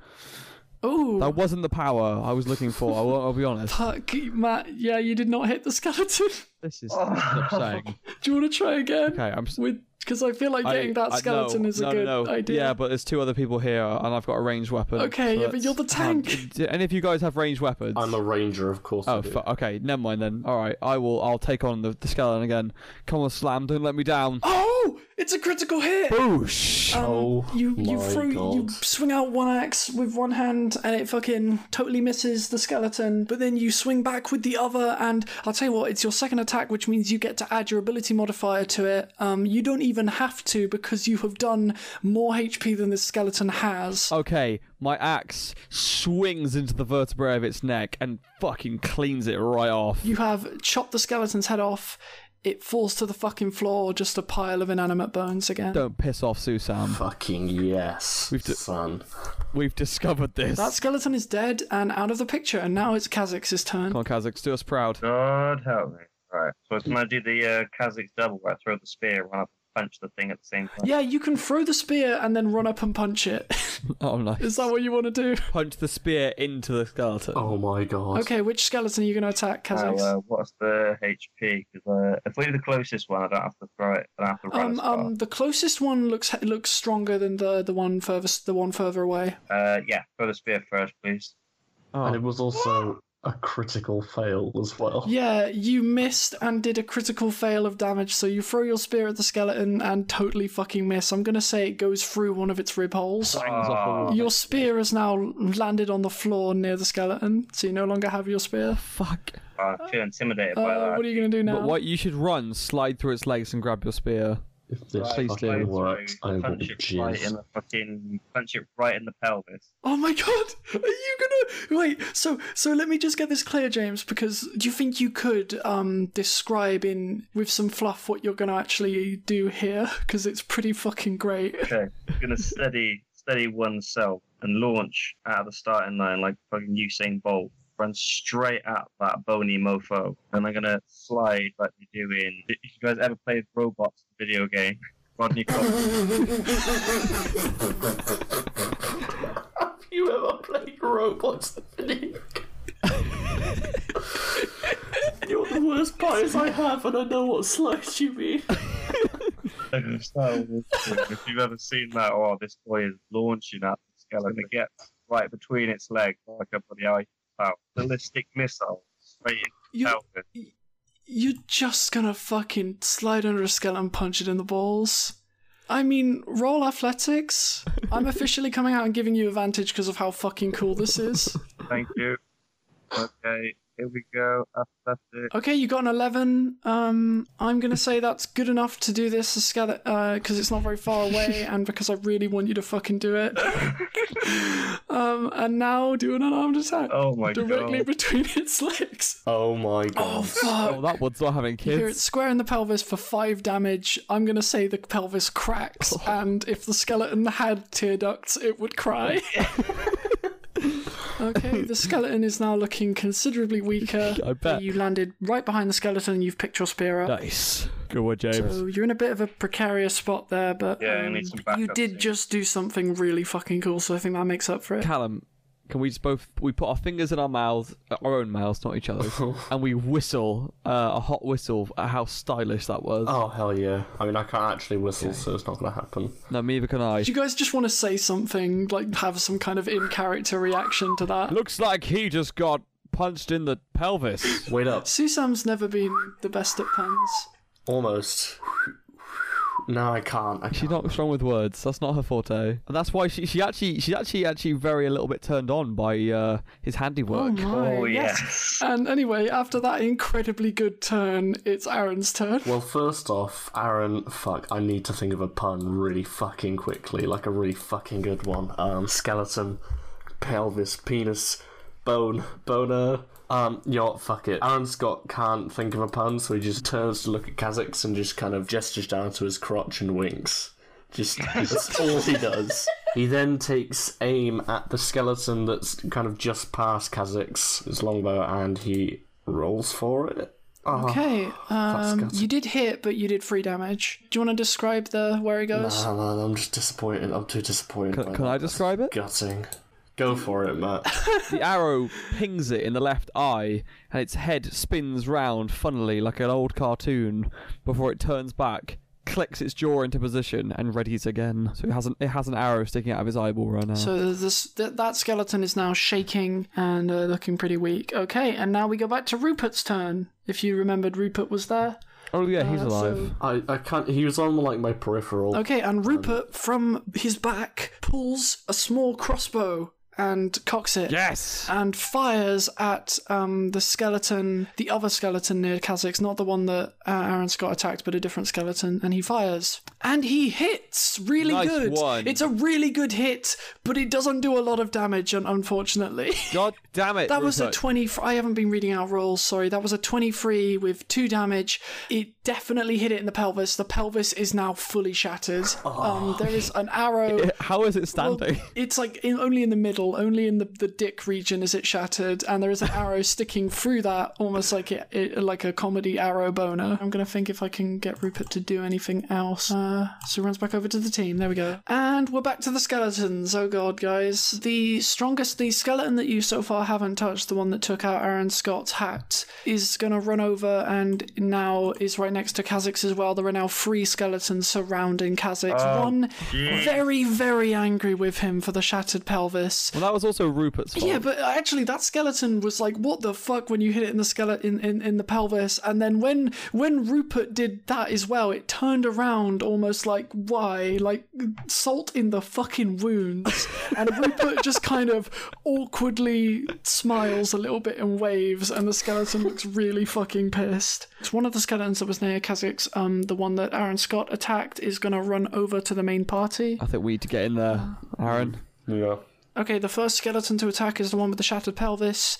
Speaker 7: Ooh,
Speaker 2: That wasn't the power I was looking for. I will, I'll be honest.
Speaker 7: fuck, Matt. Yeah, you did not hit the skeleton.
Speaker 2: This is upsetting.
Speaker 7: do you want to try again?
Speaker 2: Okay, I'm. s-
Speaker 7: With because I feel like
Speaker 2: I-
Speaker 7: getting
Speaker 2: I-
Speaker 7: that
Speaker 2: no,
Speaker 7: skeleton is a
Speaker 2: no, no,
Speaker 7: good
Speaker 2: no.
Speaker 7: idea.
Speaker 2: Yeah, but there's two other people here, and I've got a ranged weapon.
Speaker 7: Okay,
Speaker 2: so
Speaker 7: yeah, but you're the
Speaker 2: that's- um,
Speaker 7: tank.
Speaker 2: d- any of you guys have ranged weapons?
Speaker 9: I'm a ranger, of course. I
Speaker 2: Oh,
Speaker 9: do.
Speaker 2: fu- okay. Never mind then. All right, I will. I'll take on the, the skeleton again. Come on, slam! Don't let me down.
Speaker 7: Oh, it's a critical hit.
Speaker 2: Boosh!
Speaker 7: Um,
Speaker 9: Oh
Speaker 7: you you
Speaker 9: my
Speaker 7: throw you
Speaker 9: God.
Speaker 7: swing out one axe with one hand and it fucking totally misses the skeleton, but then you swing back with the other and I'll tell you what, it's your second attack, which means you get to add your ability modifier to it. Um, you don't even have to because you have done more HP than this skeleton has.
Speaker 2: Okay, my axe swings into the vertebrae of its neck and fucking cleans it right off.
Speaker 7: You have chopped the skeleton's head off. It falls to the fucking floor, just a pile of inanimate bones again.
Speaker 2: Don't piss off, Susan.
Speaker 9: Fucking yes,
Speaker 2: We've d-
Speaker 9: son.
Speaker 2: We've discovered this.
Speaker 7: That skeleton is dead and out of the picture, and now it's Kazakh's turn.
Speaker 2: Come on, Kazakh, do us proud.
Speaker 4: God help me. Alright, so
Speaker 7: Hmm.
Speaker 4: it's gonna do the uh, Kazakh's double where I throw the spear, run up and punch the thing at the same time.
Speaker 7: Yeah, you can throw the spear and then run up and punch it.
Speaker 2: Oh, nice.
Speaker 7: Is that what you want to do?
Speaker 2: Punch the spear into the skeleton.
Speaker 9: Oh my god.
Speaker 7: Okay, which skeleton are you going to attack,
Speaker 4: Now,
Speaker 7: Kazix?
Speaker 4: uh, what's the HP? 'Cause, uh, if we do the closest one, I don't have to throw it. I don't have to run
Speaker 7: um,
Speaker 4: as far.
Speaker 7: um, the closest one looks looks stronger than the the one furthest the one further away.
Speaker 13: Oh.
Speaker 4: Uh, yeah, throw the spear first, please.
Speaker 9: And it was also a critical fail as
Speaker 3: Oh.
Speaker 9: well.
Speaker 7: Yeah, you missed and did a critical fail of damage, so you throw your spear at the skeleton and totally fucking miss. I'm gonna say it goes through one of its rib holes. Your spear has now landed on the floor near the skeleton, so you no longer have your spear.
Speaker 2: Fuck.
Speaker 4: Ah,
Speaker 13: I feel intimidated by
Speaker 7: Uh,
Speaker 13: that.
Speaker 7: what are you gonna do now?
Speaker 2: But what you should run, slide through its legs and grab your spear.
Speaker 9: This
Speaker 2: Please
Speaker 13: Right,
Speaker 2: do.
Speaker 13: I'll
Speaker 9: works,
Speaker 13: go
Speaker 9: I
Speaker 13: punch
Speaker 9: would
Speaker 13: it right
Speaker 9: jizz.
Speaker 13: in the fucking punch it right in the pelvis.
Speaker 7: Oh my god! Are you gonna wait? So so let me just get this clear, James, because do you think you could um describe in with some fluff what you're gonna actually do here? Because it's pretty fucking great.
Speaker 13: Okay, I'm gonna steady steady oneself and launch out of the starting line like fucking Usain Bolt. Run straight at that bony mofo, and I'm gonna slide like we do in. If you guys ever played robots video game, Rodney
Speaker 9: Have you ever played robots? you know what the worst part is? I have, and I know what slice you mean.
Speaker 13: if you've ever seen that, oh, this boy is launching at the skeleton and gets right between its legs like a bloody ice out. Ballistic missile straight into
Speaker 7: You-
Speaker 13: the pelvis.
Speaker 7: You're just gonna fucking slide under a skeleton and punch it in the balls. I mean, roll athletics. I'm officially coming out and giving you advantage because of how fucking cool this is.
Speaker 13: Thank you. Okay, here we go. Athletic.
Speaker 7: Okay, you got an 11. Um, I'm going to say that's good enough to do this as because it's not very far away and because I really want you to fucking do it. um, and now do an unarmed attack.
Speaker 13: Oh my
Speaker 7: Directly
Speaker 13: god.
Speaker 7: between its legs.
Speaker 9: Oh my
Speaker 7: Oh,
Speaker 9: god.
Speaker 7: fuck.
Speaker 2: Oh, that one's not having
Speaker 7: You hear it
Speaker 2: kids.
Speaker 7: square in the pelvis for five damage. I'm going to say the pelvis
Speaker 2: Oh.
Speaker 7: cracks, and if the skeleton had tear ducts, it would cry. okay, the skeleton is now looking considerably weaker.
Speaker 2: I bet.
Speaker 7: You landed right behind the skeleton, and you've picked your spear up.
Speaker 2: Nice. Good one, James.
Speaker 7: So you're in a bit of a precarious spot there, but
Speaker 13: Yeah, I
Speaker 7: um,
Speaker 13: need some backup
Speaker 7: you did
Speaker 13: soon.
Speaker 7: just do something really fucking cool, so I think that makes up for it.
Speaker 2: Callum, can we just both we put our fingers in our mouths, uh, our own mouths, not each other's, and we whistle uh, a hot whistle at how stylish that was.
Speaker 9: Oh hell yeah! I mean, I can't actually whistle, so it's not gonna happen.
Speaker 2: No, neither can I.
Speaker 7: Do you guys just want to say something, like have some kind of in character reaction to that?
Speaker 2: Looks like he just got punched in the pelvis.
Speaker 9: Wait up,
Speaker 7: Susam's never been the best at puns.
Speaker 9: almost. No, I can't. I
Speaker 2: She's
Speaker 9: can't.
Speaker 2: not strong with words. That's not her forte, and that's why she she actually she's actually actually very a little bit turned on by uh, his handiwork.
Speaker 13: Oh, yes.
Speaker 7: And anyway, after that incredibly good turn, it's Aaron's turn.
Speaker 9: Well, first off, Aaron, fuck, I need to think of a pun really fucking quickly, like a really fucking good one. Um, skeleton, pelvis, penis, bone, boner. Um, yacht, fuck it. Aaron Scott can't think of a pun, so he just turns to look at Kazix and just kind of gestures down to his crotch and winks. Just that's all he does. He then takes aim at the skeleton that's kind of just past Kazix, his longbow, and he rolls for it. Oh.
Speaker 7: Okay, um,
Speaker 9: gutted.
Speaker 7: you did hit, but you did three damage. Do you want to describe the where he goes?
Speaker 9: Nah, Ah, man, I'm just disappointed. I'm too disappointed.
Speaker 2: Can,
Speaker 9: by
Speaker 2: can
Speaker 9: that.
Speaker 2: I describe it?
Speaker 9: Gutting. Go for it, Matt.
Speaker 2: The arrow pings it in the left eye, and its head spins round funnily like an old cartoon before it turns back, clicks its jaw into position, and readies again. So it has an, it has an arrow sticking out of his eyeball right now.
Speaker 7: So this, th- that skeleton is now shaking and uh, looking pretty weak. Okay, and now we go back to Rupert's turn. If you remembered, Rupert was there.
Speaker 2: oh yeah, he's
Speaker 7: Uh,
Speaker 2: alive.
Speaker 7: so-
Speaker 9: I, I can't. He was on like my peripheral.
Speaker 7: Okay, and Rupert from his back pulls a small crossbow and cocks it.
Speaker 2: Yes.
Speaker 7: And fires at um, the skeleton, the other skeleton near Kazix, not the one that uh, Aaron Scott attacked, but a different skeleton. And he fires. And he hits really
Speaker 2: Nice
Speaker 7: good.
Speaker 2: one.
Speaker 7: It's a really good hit, but it doesn't do a lot of damage, un- unfortunately.
Speaker 2: God damn it!
Speaker 7: That was a
Speaker 2: Rupert.
Speaker 7: 20. f- I haven't been reading out rolls, sorry. That was a 23 with two damage. It definitely hit it in the pelvis. The pelvis is now fully shattered.
Speaker 2: Oh.
Speaker 7: Um, there is an arrow.
Speaker 2: How is it
Speaker 7: well,
Speaker 2: standing?
Speaker 7: it's like in, only in the middle, only in the, the dick region is it shattered, and there is an arrow sticking through that, almost like it, it like a comedy arrow boner. I'm gonna think if I can get Rupert to do anything else. Uh, so he runs back over to the team. There we go, and we're back to the skeletons. Oh god, guys, the strongest, the skeleton that you so far haven't touched, the one that took out Aaron Scott's hat, is gonna run over and now is right next to Kazix as well. There are now three skeletons surrounding Kazix. One very, very angry with him for the shattered pelvis.
Speaker 2: Well, that was also Rupert's fault.
Speaker 7: Yeah, but actually, that skeleton was like, "What the fuck?" When you hit it in the skeleton in, in, in the pelvis, and then when when Rupert did that as well, it turned around almost like why, like salt in the fucking wounds, and Rupert just kind of awkwardly smiles a little bit and waves, and the skeleton looks really fucking pissed. It's one of the skeletons that was near Kazik's, um, the one that Aaron Scott attacked, is gonna run over to the main party.
Speaker 2: I think we need to get in there,
Speaker 7: Oh.
Speaker 2: Aaron.
Speaker 9: Yeah.
Speaker 7: Okay, the first skeleton to attack is the one with the shattered pelvis.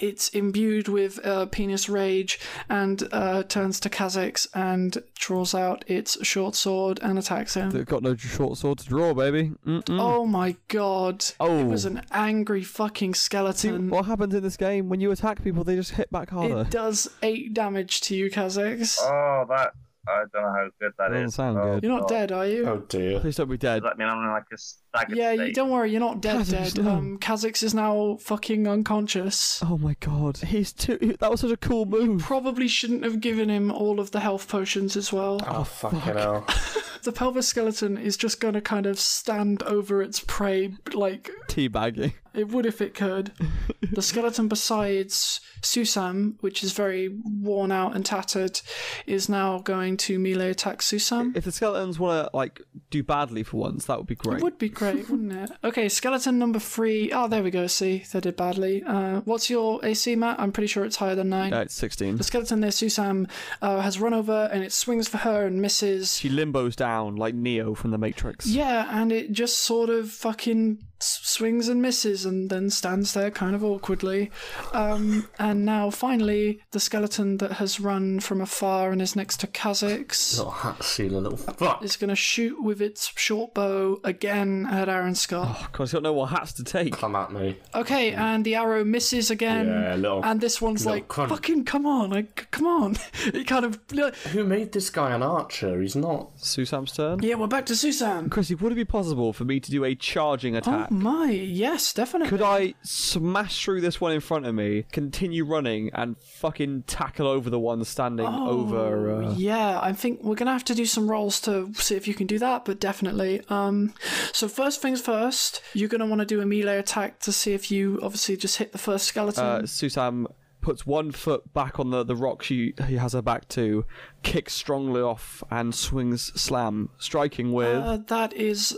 Speaker 7: It's imbued with uh, penis rage and uh, turns to Kazix and draws out its short sword and attacks him.
Speaker 2: They've got no short sword to draw, baby. Mm-mm.
Speaker 7: Oh my god.
Speaker 2: Hmm. Oh.
Speaker 7: It was an angry fucking
Speaker 2: See,
Speaker 7: skeleton.
Speaker 2: what happens in this game when you attack people? They just hit back harder.
Speaker 7: It does 8 damage to you, Kazix.
Speaker 13: Oh, that. I don't know how good that
Speaker 2: Doesn't
Speaker 13: is.
Speaker 2: sound
Speaker 13: Oh,
Speaker 2: good.
Speaker 7: You're not
Speaker 13: God.
Speaker 7: dead, are you?
Speaker 9: Oh, dear.
Speaker 2: Please don't be dead.
Speaker 13: Does that mean I'm in like a staggered
Speaker 7: yeah, you,
Speaker 13: state?
Speaker 7: don't worry, you're not dead,
Speaker 2: Kazix,
Speaker 7: dead.
Speaker 2: no.
Speaker 7: Um, Kazix is now fucking unconscious.
Speaker 2: Oh my god, he's too. he- That was such a cool move.
Speaker 7: Probably shouldn't have given him all of the health potions as well.
Speaker 9: Oh, fucking hell.
Speaker 7: The pelvis skeleton is just going to kind of stand over its prey like
Speaker 2: Teabagging.
Speaker 7: it would if it could. the skeleton besides Susam, which is very worn out and tattered, is now going to melee attack Susam.
Speaker 2: If the skeletons want to like do badly for once, that would be great.
Speaker 7: It would be great, wouldn't it? Okay, skeleton number three. Oh, there we go. See, they did badly. Uh, what's your AC, Matt? I'm pretty sure it's higher than nine.
Speaker 2: Yeah, it's sixteen.
Speaker 7: The skeleton there, Susam, uh, has run over and it swings for her and misses.
Speaker 2: She limbos down like Neo from the Matrix.
Speaker 7: Yeah, and it just sort of fucking s- swings and misses and then stands there kind of awkwardly. Um, and now, finally, the skeleton that has run from afar and is next to Kazix
Speaker 9: Little hat ceiling, little fuck.
Speaker 7: is going to shoot with its short bow again at Aaron Scott.
Speaker 2: Oh, God, he's got no more hats to take.
Speaker 9: Come at me.
Speaker 7: Okay, and the arrow misses again.
Speaker 9: Yeah, little-
Speaker 7: and this one's
Speaker 9: little
Speaker 7: like,
Speaker 9: cunt.
Speaker 7: fucking come on, like, come on. It kind of.
Speaker 9: Who made this guy an archer? He's not.
Speaker 2: Susam's turn.
Speaker 7: Yeah, we're back to Susan.
Speaker 2: Chrissy, would it be possible for me to do a charging
Speaker 7: Oh
Speaker 2: attack?
Speaker 7: my, yes, definitely.
Speaker 2: Could I smash through this one in front of me, continue running, and fucking tackle over the one standing
Speaker 7: Oh,
Speaker 2: over? Uh...
Speaker 7: Yeah, I think we're gonna have to do some rolls to see if you can do that, but definitely. Um, so first things first, you're gonna want to do a melee attack to see if you obviously just hit the first skeleton.
Speaker 2: Uh, Susam puts one foot back on the, the rock she he has her back to, kicks strongly off, and swings slam, striking with.
Speaker 7: Uh, that is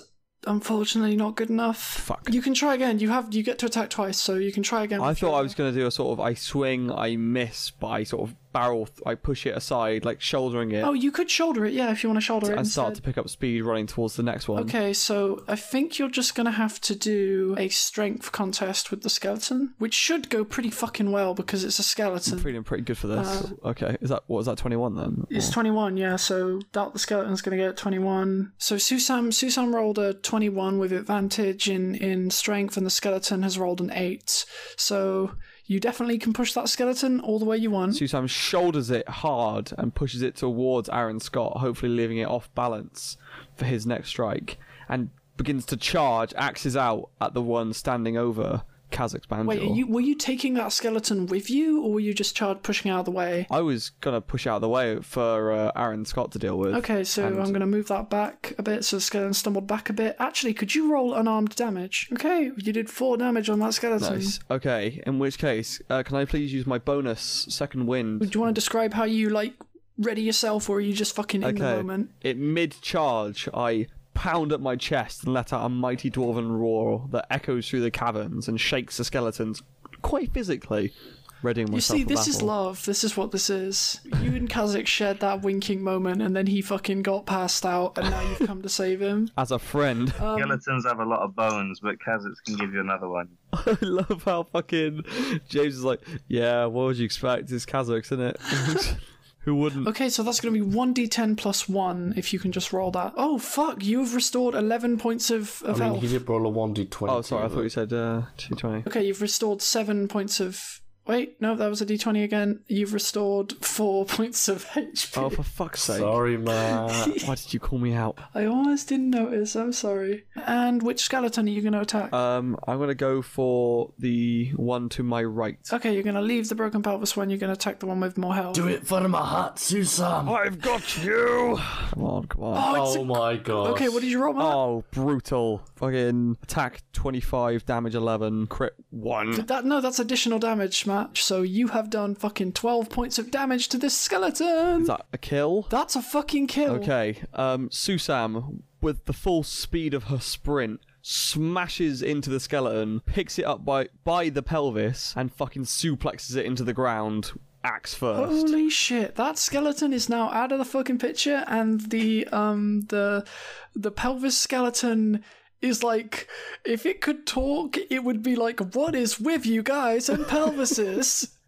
Speaker 7: unfortunately not good enough.
Speaker 2: Fuck.
Speaker 7: You can try again. You have you get to attack twice, so you can try again.
Speaker 2: I
Speaker 7: with
Speaker 2: thought
Speaker 7: your-
Speaker 2: I was going to do a sort of I swing, I miss, but I sort of barrel, th- I push it aside, like shouldering it,
Speaker 7: Oh, you could shoulder it, yeah, if you want to shoulder it.
Speaker 2: and start
Speaker 7: instead.
Speaker 2: to pick up speed running towards the next one.
Speaker 7: Okay, so I think you're just gonna have to do a strength contest with the skeleton, which should go pretty fucking well because it's a skeleton.
Speaker 2: Feeling pretty good for this. okay, is that what is that twenty one then?
Speaker 7: Uh, It's 21, yeah, so that the skeleton's going to get 21. So Susam Susam rolled a 21 with advantage in in strength and the skeleton has rolled an 8. So you definitely can push that skeleton all the way you want.
Speaker 2: Susam shoulders it hard and pushes it towards Aaron Scott, hopefully leaving it off balance for his next strike, and begins to charge, axes out at the one standing over Kazakh's banjo.
Speaker 7: Wait, are you were you taking that skeleton with you or were you just charred pushing out of the way?
Speaker 2: I was gonna push out of the way for uh, Aaron Scott to deal with.
Speaker 7: Okay, so
Speaker 2: and-
Speaker 7: I'm going to move that back a bit so the skeleton stumbled back a bit. Actually, could you roll unarmed damage? Okay, you did 4 damage on that skeleton.
Speaker 2: Nice. Okay. In which case, uh, can I please use my bonus second
Speaker 7: Do
Speaker 2: wind?
Speaker 7: you want to describe how you like ready yourself or are you just fucking in the
Speaker 2: Okay.
Speaker 7: moment?
Speaker 2: It mid charge, I pound at my chest and let out a mighty dwarven roar that echoes through the caverns and shakes the skeletons quite physically. Readying
Speaker 7: You
Speaker 2: myself
Speaker 7: see,
Speaker 2: for
Speaker 7: this is
Speaker 2: battle.
Speaker 7: love. This is what this is. You and Kazakh shared that winking moment, and then he fucking got passed out, and now you've come to save him.
Speaker 2: As a friend,
Speaker 7: Uh,
Speaker 13: Skeletons have a lot of bones, but Kazits can give you another one.
Speaker 2: I love how fucking James is like, yeah, what would you expect? It's Kazakhs, isn't it? Who wouldn't?
Speaker 7: Okay, so that's going to be 1d10 plus 1 if you can just roll that. Oh, fuck, you have restored 11 points of, of
Speaker 9: I mean,
Speaker 7: health.
Speaker 9: he did roll a 1d20.
Speaker 2: Oh, sorry, I thought you said uh, 220.
Speaker 7: Okay, you've restored 7 points of Wait, no, that was a d20 again. You've restored four points of HP.
Speaker 2: Oh, for fuck's sake.
Speaker 9: Sorry, man.
Speaker 2: Why did you call me out?
Speaker 7: I almost didn't notice. I'm sorry. And which skeleton are you going to attack?
Speaker 9: Uh,
Speaker 2: Um, I'm going to go for the one to my right.
Speaker 7: okay, you're going to leave the broken pelvis one. You're going to attack the one with more health.
Speaker 9: Do it for my heart, Susan.
Speaker 12: I've got you.
Speaker 2: Come on, come on.
Speaker 7: Oh, it's
Speaker 9: Oh
Speaker 7: a...
Speaker 9: my god.
Speaker 7: okay. What did you roll, Matt?
Speaker 2: Oh, brutal. Fucking attack 25, damage 11, crit 1.
Speaker 7: That no, that's additional damage, Matt. So you have done fucking twelve points of damage to this skeleton.
Speaker 2: Is that a kill?
Speaker 7: That's a fucking kill.
Speaker 2: Okay, um, Susam, with the full speed of her sprint, smashes into the skeleton, picks it up by, by the pelvis, and fucking suplexes it into the ground, axe first.
Speaker 7: Holy shit! That skeleton is now out of the fucking picture, and the um the the pelvis skeleton is like if it could talk, it would be like, "What is with you guys and pelvises?"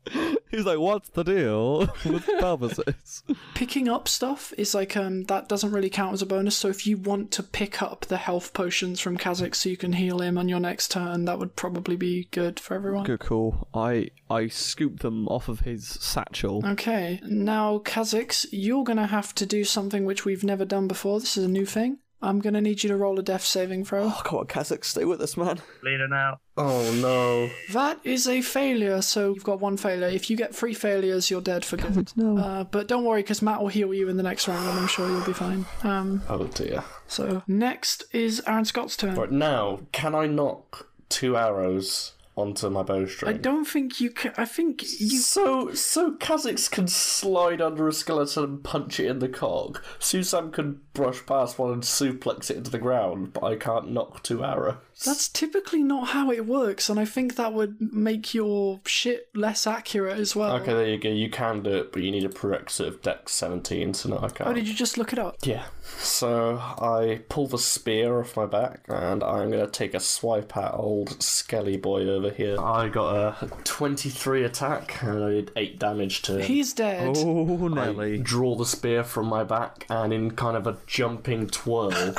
Speaker 2: He's like, what's the deal with pelvises?
Speaker 7: Picking up stuff is like um that doesn't really count as a bonus. So if you want to pick up the health potions from Kazakh so you can heal him on your next turn, that would probably be good for everyone.
Speaker 2: Good call. I, I scoop them off of his satchel.
Speaker 7: Okay, now Kazix, you're gonna have to do something which we've never done before. This is a new thing. I'm gonna need you to roll a death saving throw.
Speaker 1: Oh, come on, Kazakh, stay with us, man.
Speaker 13: Bleeding out.
Speaker 9: Oh no.
Speaker 7: That is a failure, so you've got one failure. If you get three failures, you're dead for good.
Speaker 14: No.
Speaker 7: Uh, but don't worry, because Matt will heal you in the next round, and I'm sure you'll be fine. Um,
Speaker 9: Oh dear.
Speaker 7: so next is Aaron Scott's turn.
Speaker 9: But now, can I knock two arrows onto my
Speaker 7: I
Speaker 9: bowstring?
Speaker 7: don't think you can. I think you.
Speaker 9: So, so Kazakhs can slide under a skeleton and punch it in the cock. Susam can brush past one and suplex it into the ground, but I can't knock two arrows.
Speaker 7: That's typically not how it works, and I think that would make your shit less accurate as well.
Speaker 9: Okay, there you go. You can do it, but you need a prerequisite of Dex 17, so no, I can't.
Speaker 7: Oh, did you just look it up?
Speaker 9: Yeah. So I pull the spear off my back, and I'm gonna take a swipe at old Skelly boy over here. I got a 23 attack, and I did eight damage to. him.
Speaker 7: He's dead.
Speaker 2: Oh,
Speaker 9: I
Speaker 2: Nelly.
Speaker 9: draw the spear from my back, and in kind of a jumping twirl,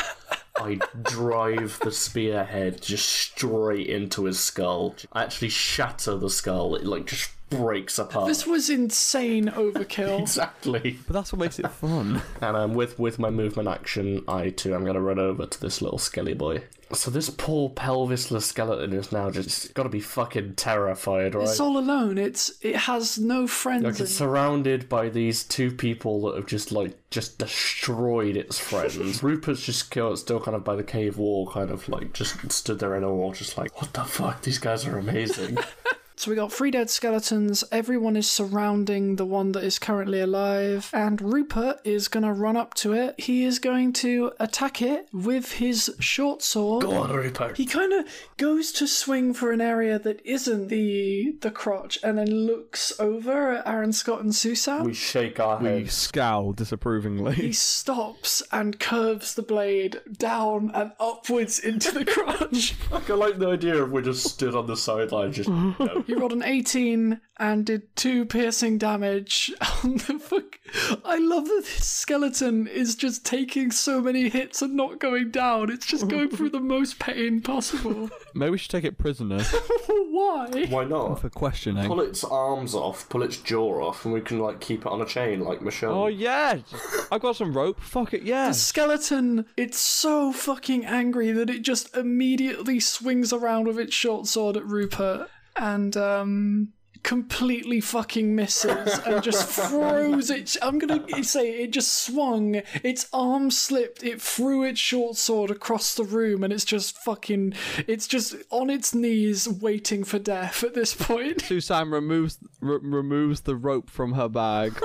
Speaker 9: I drive the spearhead just straight into his skull. I actually shatter the skull. It like just breaks apart.
Speaker 7: This was insane overkill.
Speaker 9: Exactly.
Speaker 2: But that's what makes it fun.
Speaker 9: And um, with with my movement action, I too am going to run over to this little skelly boy. So this poor pelvisless skeleton is now just got to be fucking terrified, right?
Speaker 7: It's all alone. It's it has no friends.
Speaker 9: like it's
Speaker 7: and-
Speaker 9: surrounded by these two people that have just like just destroyed its friends. Rupert's just killed, still kind of by the cave wall, kind of like just stood there in awe, just like what the fuck? These guys are amazing.
Speaker 7: so we got three dead skeletons. Everyone is surrounding the one that is currently alive, and Rupert is gonna run up to it. He is going to attack it with his short sword.
Speaker 9: Go on, Rupert.
Speaker 7: He kind of goes to swing for an area that isn't the the crotch, and then looks over at Aaron Scott and Susan.
Speaker 9: We shake our
Speaker 2: We
Speaker 9: heads.
Speaker 2: scowl
Speaker 7: he
Speaker 2: disapprovingly.
Speaker 7: stops and curves the blade down and upwards into the crotch.
Speaker 9: I like the idea of we just stood on the sideline, just no.
Speaker 7: He rolled an 18 and did two piercing damage on the fuck. I love that this skeleton is just taking so many hits and not going down. It's just going through the most pain possible.
Speaker 2: Maybe we should take it prisoner
Speaker 7: Why?
Speaker 9: Why not?
Speaker 2: for questioning.
Speaker 9: pull its arms off, pull its jaw off, and we can like keep it on a chain like Michelle.
Speaker 2: Oh yeah, I've got some rope. Fuck it, yeah.
Speaker 7: The skeleton, it's so fucking angry that it just immediately swings around with its short sword at Rupert and, um. Completely fucking misses and just throws it. I'm gonna say it just swung. Its arm slipped. It threw its short sword across the room, and it's just fucking. It's just on its knees, waiting for death at this point.
Speaker 2: Susan removes re- removes the rope from her bag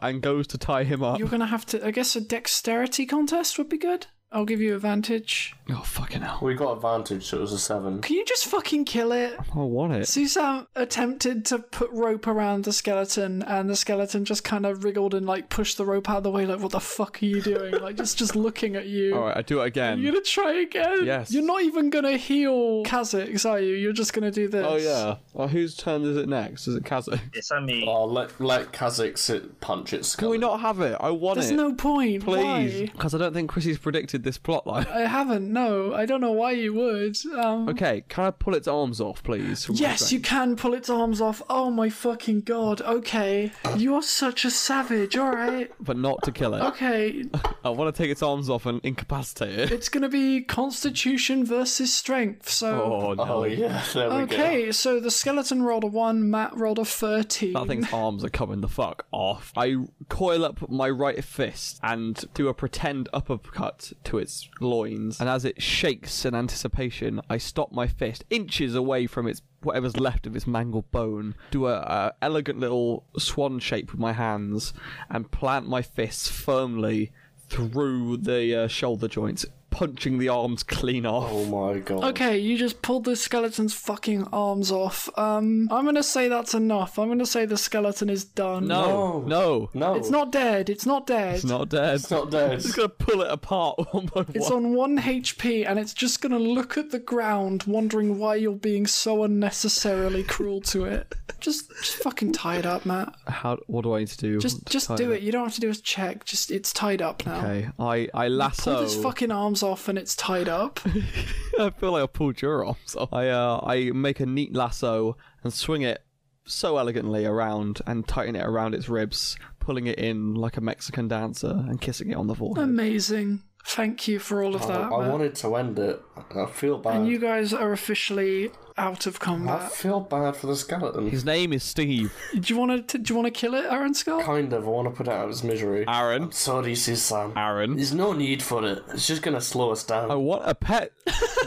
Speaker 2: and goes to tie him up.
Speaker 7: You're gonna have to. I guess a dexterity contest would be good. I'll give you advantage.
Speaker 2: Oh fucking hell!
Speaker 9: We got advantage, so it was a seven.
Speaker 7: Can you just fucking kill it?
Speaker 2: I want Oh, it.
Speaker 7: Susan attempted to put rope around the skeleton, and the skeleton just kind of wriggled and like pushed the rope out of the way. Like, what the fuck are you doing? Like, just just looking at you.
Speaker 2: All right, I do it
Speaker 7: You're
Speaker 2: again.
Speaker 7: gonna try again.
Speaker 2: Yes.
Speaker 7: You're not even gonna heal Kazix, are you? You're just gonna do this.
Speaker 2: Oh yeah. Well, whose turn is it next? Is it Kazakh?
Speaker 13: It's on me.
Speaker 9: Oh, let let Kazakh sit, punch its
Speaker 2: Can
Speaker 9: skull.
Speaker 2: we not have it? I want
Speaker 7: There's
Speaker 2: it.
Speaker 7: no point.
Speaker 2: Please,
Speaker 7: Why?
Speaker 2: because I don't think Chrissy's predicted accepted this plotline.
Speaker 7: I haven't. No, I don't know why you would. Um,
Speaker 2: Okay, can I pull its arms off, please? from my
Speaker 7: Yes,
Speaker 2: friend?
Speaker 7: you can pull its arms off. Oh my fucking god. Okay. You're such a savage, alright?
Speaker 2: But not to kill it.
Speaker 7: Okay.
Speaker 2: I want to take its arms off and incapacitate it.
Speaker 7: It's gonna be constitution versus strength, so.
Speaker 2: Oh, no. Oh, yeah, there we go.
Speaker 7: okay, so the skeleton rolled a 1, Matt rolled a 13.
Speaker 2: That thing's arms are coming the fuck off. I coil up my right fist and do a pretend uppercut to its loins. And as it shakes in anticipation, I stop my fist inches away from its whatever's left of its mangled bone. Do a, a elegant little swan shape with my hands and plant my fists firmly through the uh, shoulder joints, punching the arms clean off. Oh
Speaker 9: my god!
Speaker 7: Okay, you just pulled the skeleton's fucking arms off. Um, I'm gonna say that's enough. I'm gonna say the skeleton is done.
Speaker 2: No, no, no.
Speaker 7: It's not dead. It's not dead.
Speaker 2: It's not dead. It's
Speaker 9: not dead.
Speaker 2: It's gonna pull it apart one by one.
Speaker 7: It's on one HP and it's just gonna look at the ground, wondering why you're being so unnecessarily cruel to it. Just, just fucking tie it up, Matt.
Speaker 2: How? What do I need to do?
Speaker 7: Just,
Speaker 2: to
Speaker 7: just
Speaker 2: tie
Speaker 7: do it. You don't have to do a check. Just, it's tied up now.
Speaker 2: Okay. I I lasso.
Speaker 7: Pull his fucking arms off and it's tied up.
Speaker 2: I feel like I pulled your arms off. I uh I make a neat lasso and swing it so elegantly around and tighten it around its ribs, pulling it in like a Mexican dancer and kissing it on the forehead.
Speaker 7: Amazing. Thank you for all of
Speaker 9: I,
Speaker 7: that.
Speaker 9: I
Speaker 7: Matt.
Speaker 9: wanted to end it. I feel bad.
Speaker 7: And you guys are officially out of
Speaker 9: I
Speaker 7: combat.
Speaker 9: feel bad for the skeleton.
Speaker 2: His name is Steve.
Speaker 7: Do you want to? Do you want to kill it, Aaron Scott?
Speaker 9: Kind of. I want to put it out of its misery.
Speaker 7: Ah.
Speaker 2: Aaron.
Speaker 9: I'm sorry, Susan.
Speaker 2: Aaron.
Speaker 9: There's no need for it. It's just gonna slow us down.
Speaker 2: I
Speaker 7: Oh.
Speaker 2: want a pet.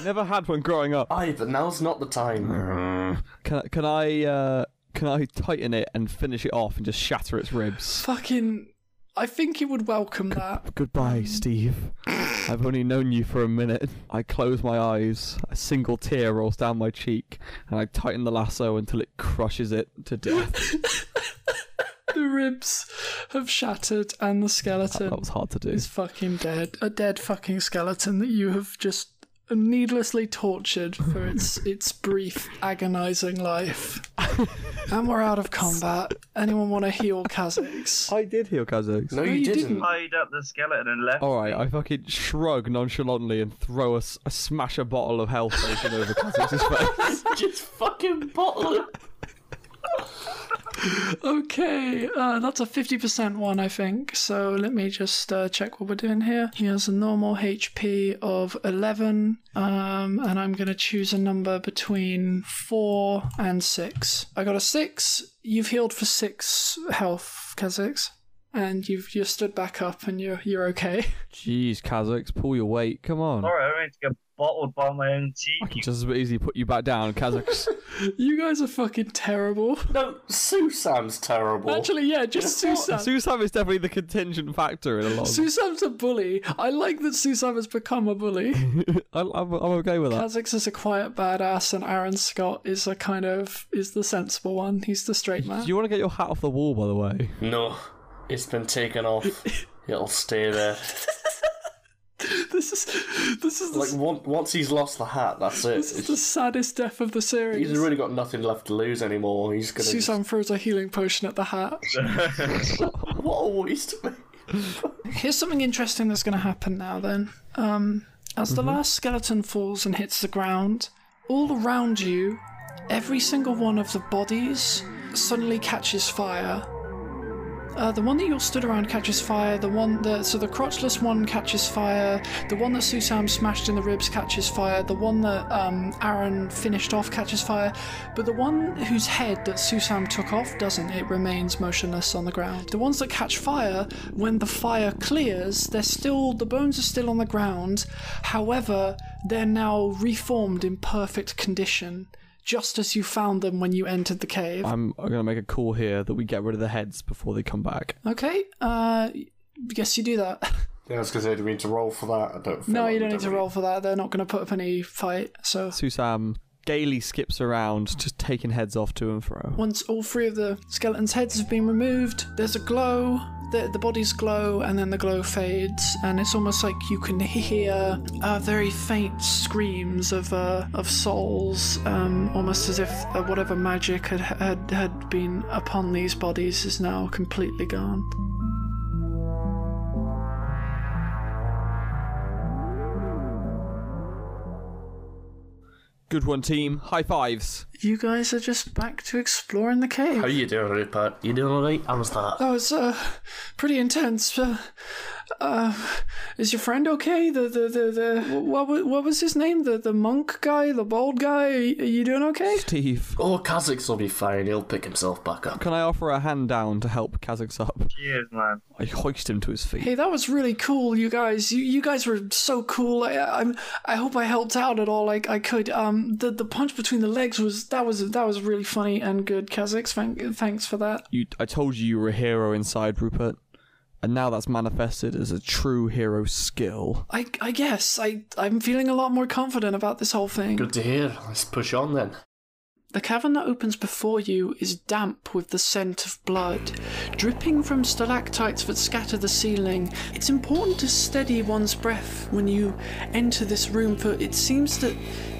Speaker 2: Never had one growing up.
Speaker 9: Aye, but now's not the time.
Speaker 2: Can I- can I uh can I tighten it and finish it off and just shatter its ribs?
Speaker 7: Fucking. I think he would welcome that.
Speaker 2: Goodbye, Steve. Um, I've only known you for a minute. I close my eyes, a single tear rolls down my cheek, and I tighten the lasso until it crushes it to death.
Speaker 7: The ribs have shattered, and the skeleton
Speaker 2: that was hard to do.
Speaker 7: is fucking dead. A dead fucking skeleton that you have just needlessly tortured for its its brief agonizing life. and we're out of combat. Anyone want to heal Kazix?
Speaker 2: I did heal Kazix.
Speaker 9: No, you, didn't.
Speaker 13: Tied up the skeleton and left.
Speaker 2: Alright, I fucking shrug nonchalantly and throw a, s- a- smash a bottle of health potion over Kazix's face.
Speaker 9: just fucking bottle it.
Speaker 7: Okay, uh, that's a 50% one, I think. So let me just uh, check what we're doing here. He has a normal HP of 11, um, and I'm going to choose a number between 4 and 6. I got a 6. You've healed for 6 health, Kazix. And you've you stood back up and you're you're okay.
Speaker 2: Jeez, Kazix, pull your weight. Come on.
Speaker 13: Alright, I'm going to get bottled by my own team.
Speaker 2: I can just as easily put you back down, Kazix.
Speaker 7: You guys are fucking terrible.
Speaker 9: No, Susan's terrible.
Speaker 7: Actually, yeah, just Susan.
Speaker 2: Susam is definitely the contingent factor in a lot. of-
Speaker 7: Susam's a bully. I like that Susam has become a bully.
Speaker 2: I, I'm, I'm okay with that.
Speaker 7: Kazix is a quiet badass, and Aaron Scott is a kind of is the sensible one. He's the straight man.
Speaker 2: Do you want to get your hat off the wall, by the way?
Speaker 9: No, it's been taken off. It'll stay there.
Speaker 7: this is this is the,
Speaker 9: Like on- once he's lost the hat, that's it.
Speaker 7: this is the saddest death of the series.
Speaker 9: He's really got nothing left to lose anymore. He's gonna.
Speaker 7: Susan throws a healing potion at the hat.
Speaker 9: What a waste of
Speaker 7: Here's something interesting that's going to happen now. Then, um, as the
Speaker 9: Mm-hmm.
Speaker 7: last skeleton falls and hits the ground, all around you, every single one of the bodies suddenly catches fire. Uh, the one that you're stood around catches fire. The one that so the crotchless one catches fire. The one that Susam smashed in the ribs catches fire. The one that um, Aaron finished off catches fire. But the one whose head that Susam took off doesn't. It remains motionless on the ground. The ones that catch fire, when the fire clears, they're still the bones are still on the ground. However, they're now reformed in perfect condition, just as you found them when you entered the cave.
Speaker 2: I'm gonna make a call here that we get rid of the heads before they come back.
Speaker 7: Okay. Uh, guess you do that.
Speaker 9: Yeah, I was gonna say, do we need to roll for that? I don't. feel
Speaker 7: No,
Speaker 9: like
Speaker 7: you
Speaker 9: we
Speaker 7: don't need to roll for that. They're not going to put up any fight. So
Speaker 2: Susam gaily skips around, just taking heads off to and fro.
Speaker 7: once all three of the skeletons' heads have been removed, there's a glow. The, the bodies glow, and then the glow fades, and it's almost like you can hear uh, very faint screams of uh, of souls, um, almost as if uh, whatever magic had, had had been upon these bodies is now completely gone.
Speaker 2: Good one, team. High fives.
Speaker 7: You guys are just back to exploring the cave.
Speaker 9: How you doing, Rupert? You doing alright? How was that?
Speaker 7: That was uh, pretty intense. Uh, uh, is your friend okay? The the the, the what, wa- what was his name? The the monk guy, the bald guy. Are you doing okay?
Speaker 2: Steve.
Speaker 9: Oh, Kazakh's will be fine. He'll pick himself back up.
Speaker 2: Can I offer a hand down to help Kazakhs up?
Speaker 13: Cheers, man.
Speaker 2: I hoist him to his feet.
Speaker 7: Hey, that was really cool, you guys. You you guys were so cool. I I'm I hope I helped out at all I, I could. Um, the the punch between the legs was that was that was really funny and good, Kazakhs. Thank, thanks for that.
Speaker 2: You, I told you you were a hero inside, Rupert. And now that's manifested as a true hero skill.
Speaker 7: I I guess I I'm feeling a lot more confident about this whole thing.
Speaker 9: Good to hear. Let's push on then.
Speaker 7: The cavern that opens before you is damp with the scent of blood, dripping from stalactites that scatter the ceiling. It's important to steady one's breath when you enter this room, for it seems that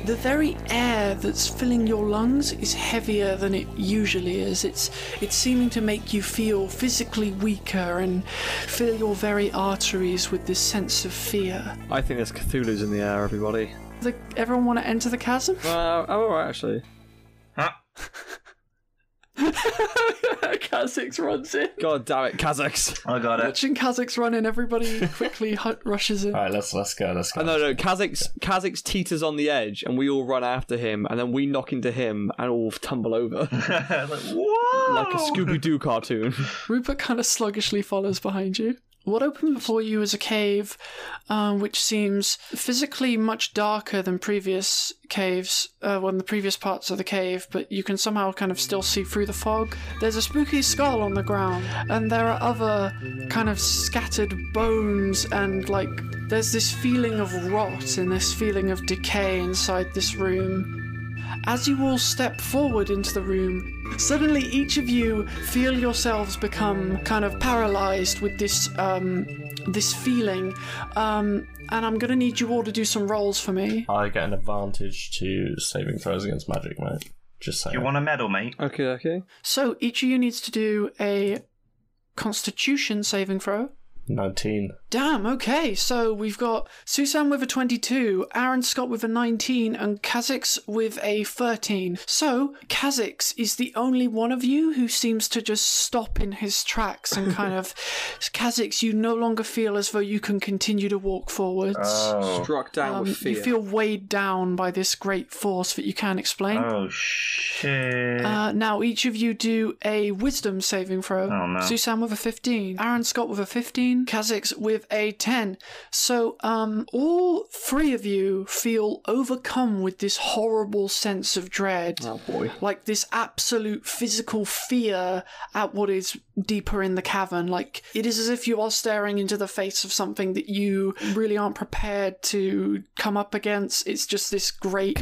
Speaker 7: the very air that's filling your lungs is heavier than it usually is. It's it's seeming to make you feel physically weaker and fill your very arteries with this sense of fear.
Speaker 15: I think there's Cthulhu's in the air, everybody.
Speaker 7: The, everyone want to enter the chasm?
Speaker 15: Uh, I'm alright, actually.
Speaker 7: Kazakhs runs in.
Speaker 15: God damn it, Kazakhs.
Speaker 4: I got
Speaker 7: Watching Kazakhs run in, everybody quickly hu- rushes in.
Speaker 9: All right, let's let's go. Let's go.
Speaker 15: Oh, no, no, Kazakhs, Kazakhs teeters on the edge and we all run after him and then we knock into him and all tumble over. Like a Scooby Doo cartoon.
Speaker 7: Rupert kind of sluggishly follows behind you. What opens before you is a cave, um, which seems physically much darker than previous caves, uh, well, the previous parts of the cave, but you can somehow kind of still see through the fog. There's a spooky skull on the ground, and there are other kind of scattered bones, and like there's this feeling of rot and this feeling of decay inside this room. As you all step forward into the room, suddenly each of you feel yourselves become kind of paralyzed with this um, this feeling. Um, and I'm gonna need you all to do some rolls for me.
Speaker 9: I get an advantage to saving throws against magic, mate. Just saying.
Speaker 4: You want a medal, mate?
Speaker 15: Okay, okay.
Speaker 7: So each of you needs to do a Constitution saving throw.
Speaker 9: 19.
Speaker 7: Damn. Okay. So we've got Susan with a 22, Aaron Scott with a 19, and Kazix with a 13. So Kazix is the only one of you who seems to just stop in his tracks and kind of Kazix. You no longer feel as though you can continue to walk forwards.
Speaker 4: Oh.
Speaker 15: Struck down
Speaker 7: Um,
Speaker 15: with fear.
Speaker 7: you feel weighed down by this great force that you can't explain.
Speaker 4: Oh shit.
Speaker 7: Uh, now each of you do a wisdom saving throw.
Speaker 4: Oh, no.
Speaker 7: Susan with a 15, Aaron Scott with a 15, Kazix with a 10. So um, all three of you feel overcome with this horrible sense of dread,
Speaker 15: Oh boy.
Speaker 7: like this absolute physical fear at what is deeper in the cavern. Like it is as if you are staring into the face of something that you really aren't prepared to come up against. It's just this great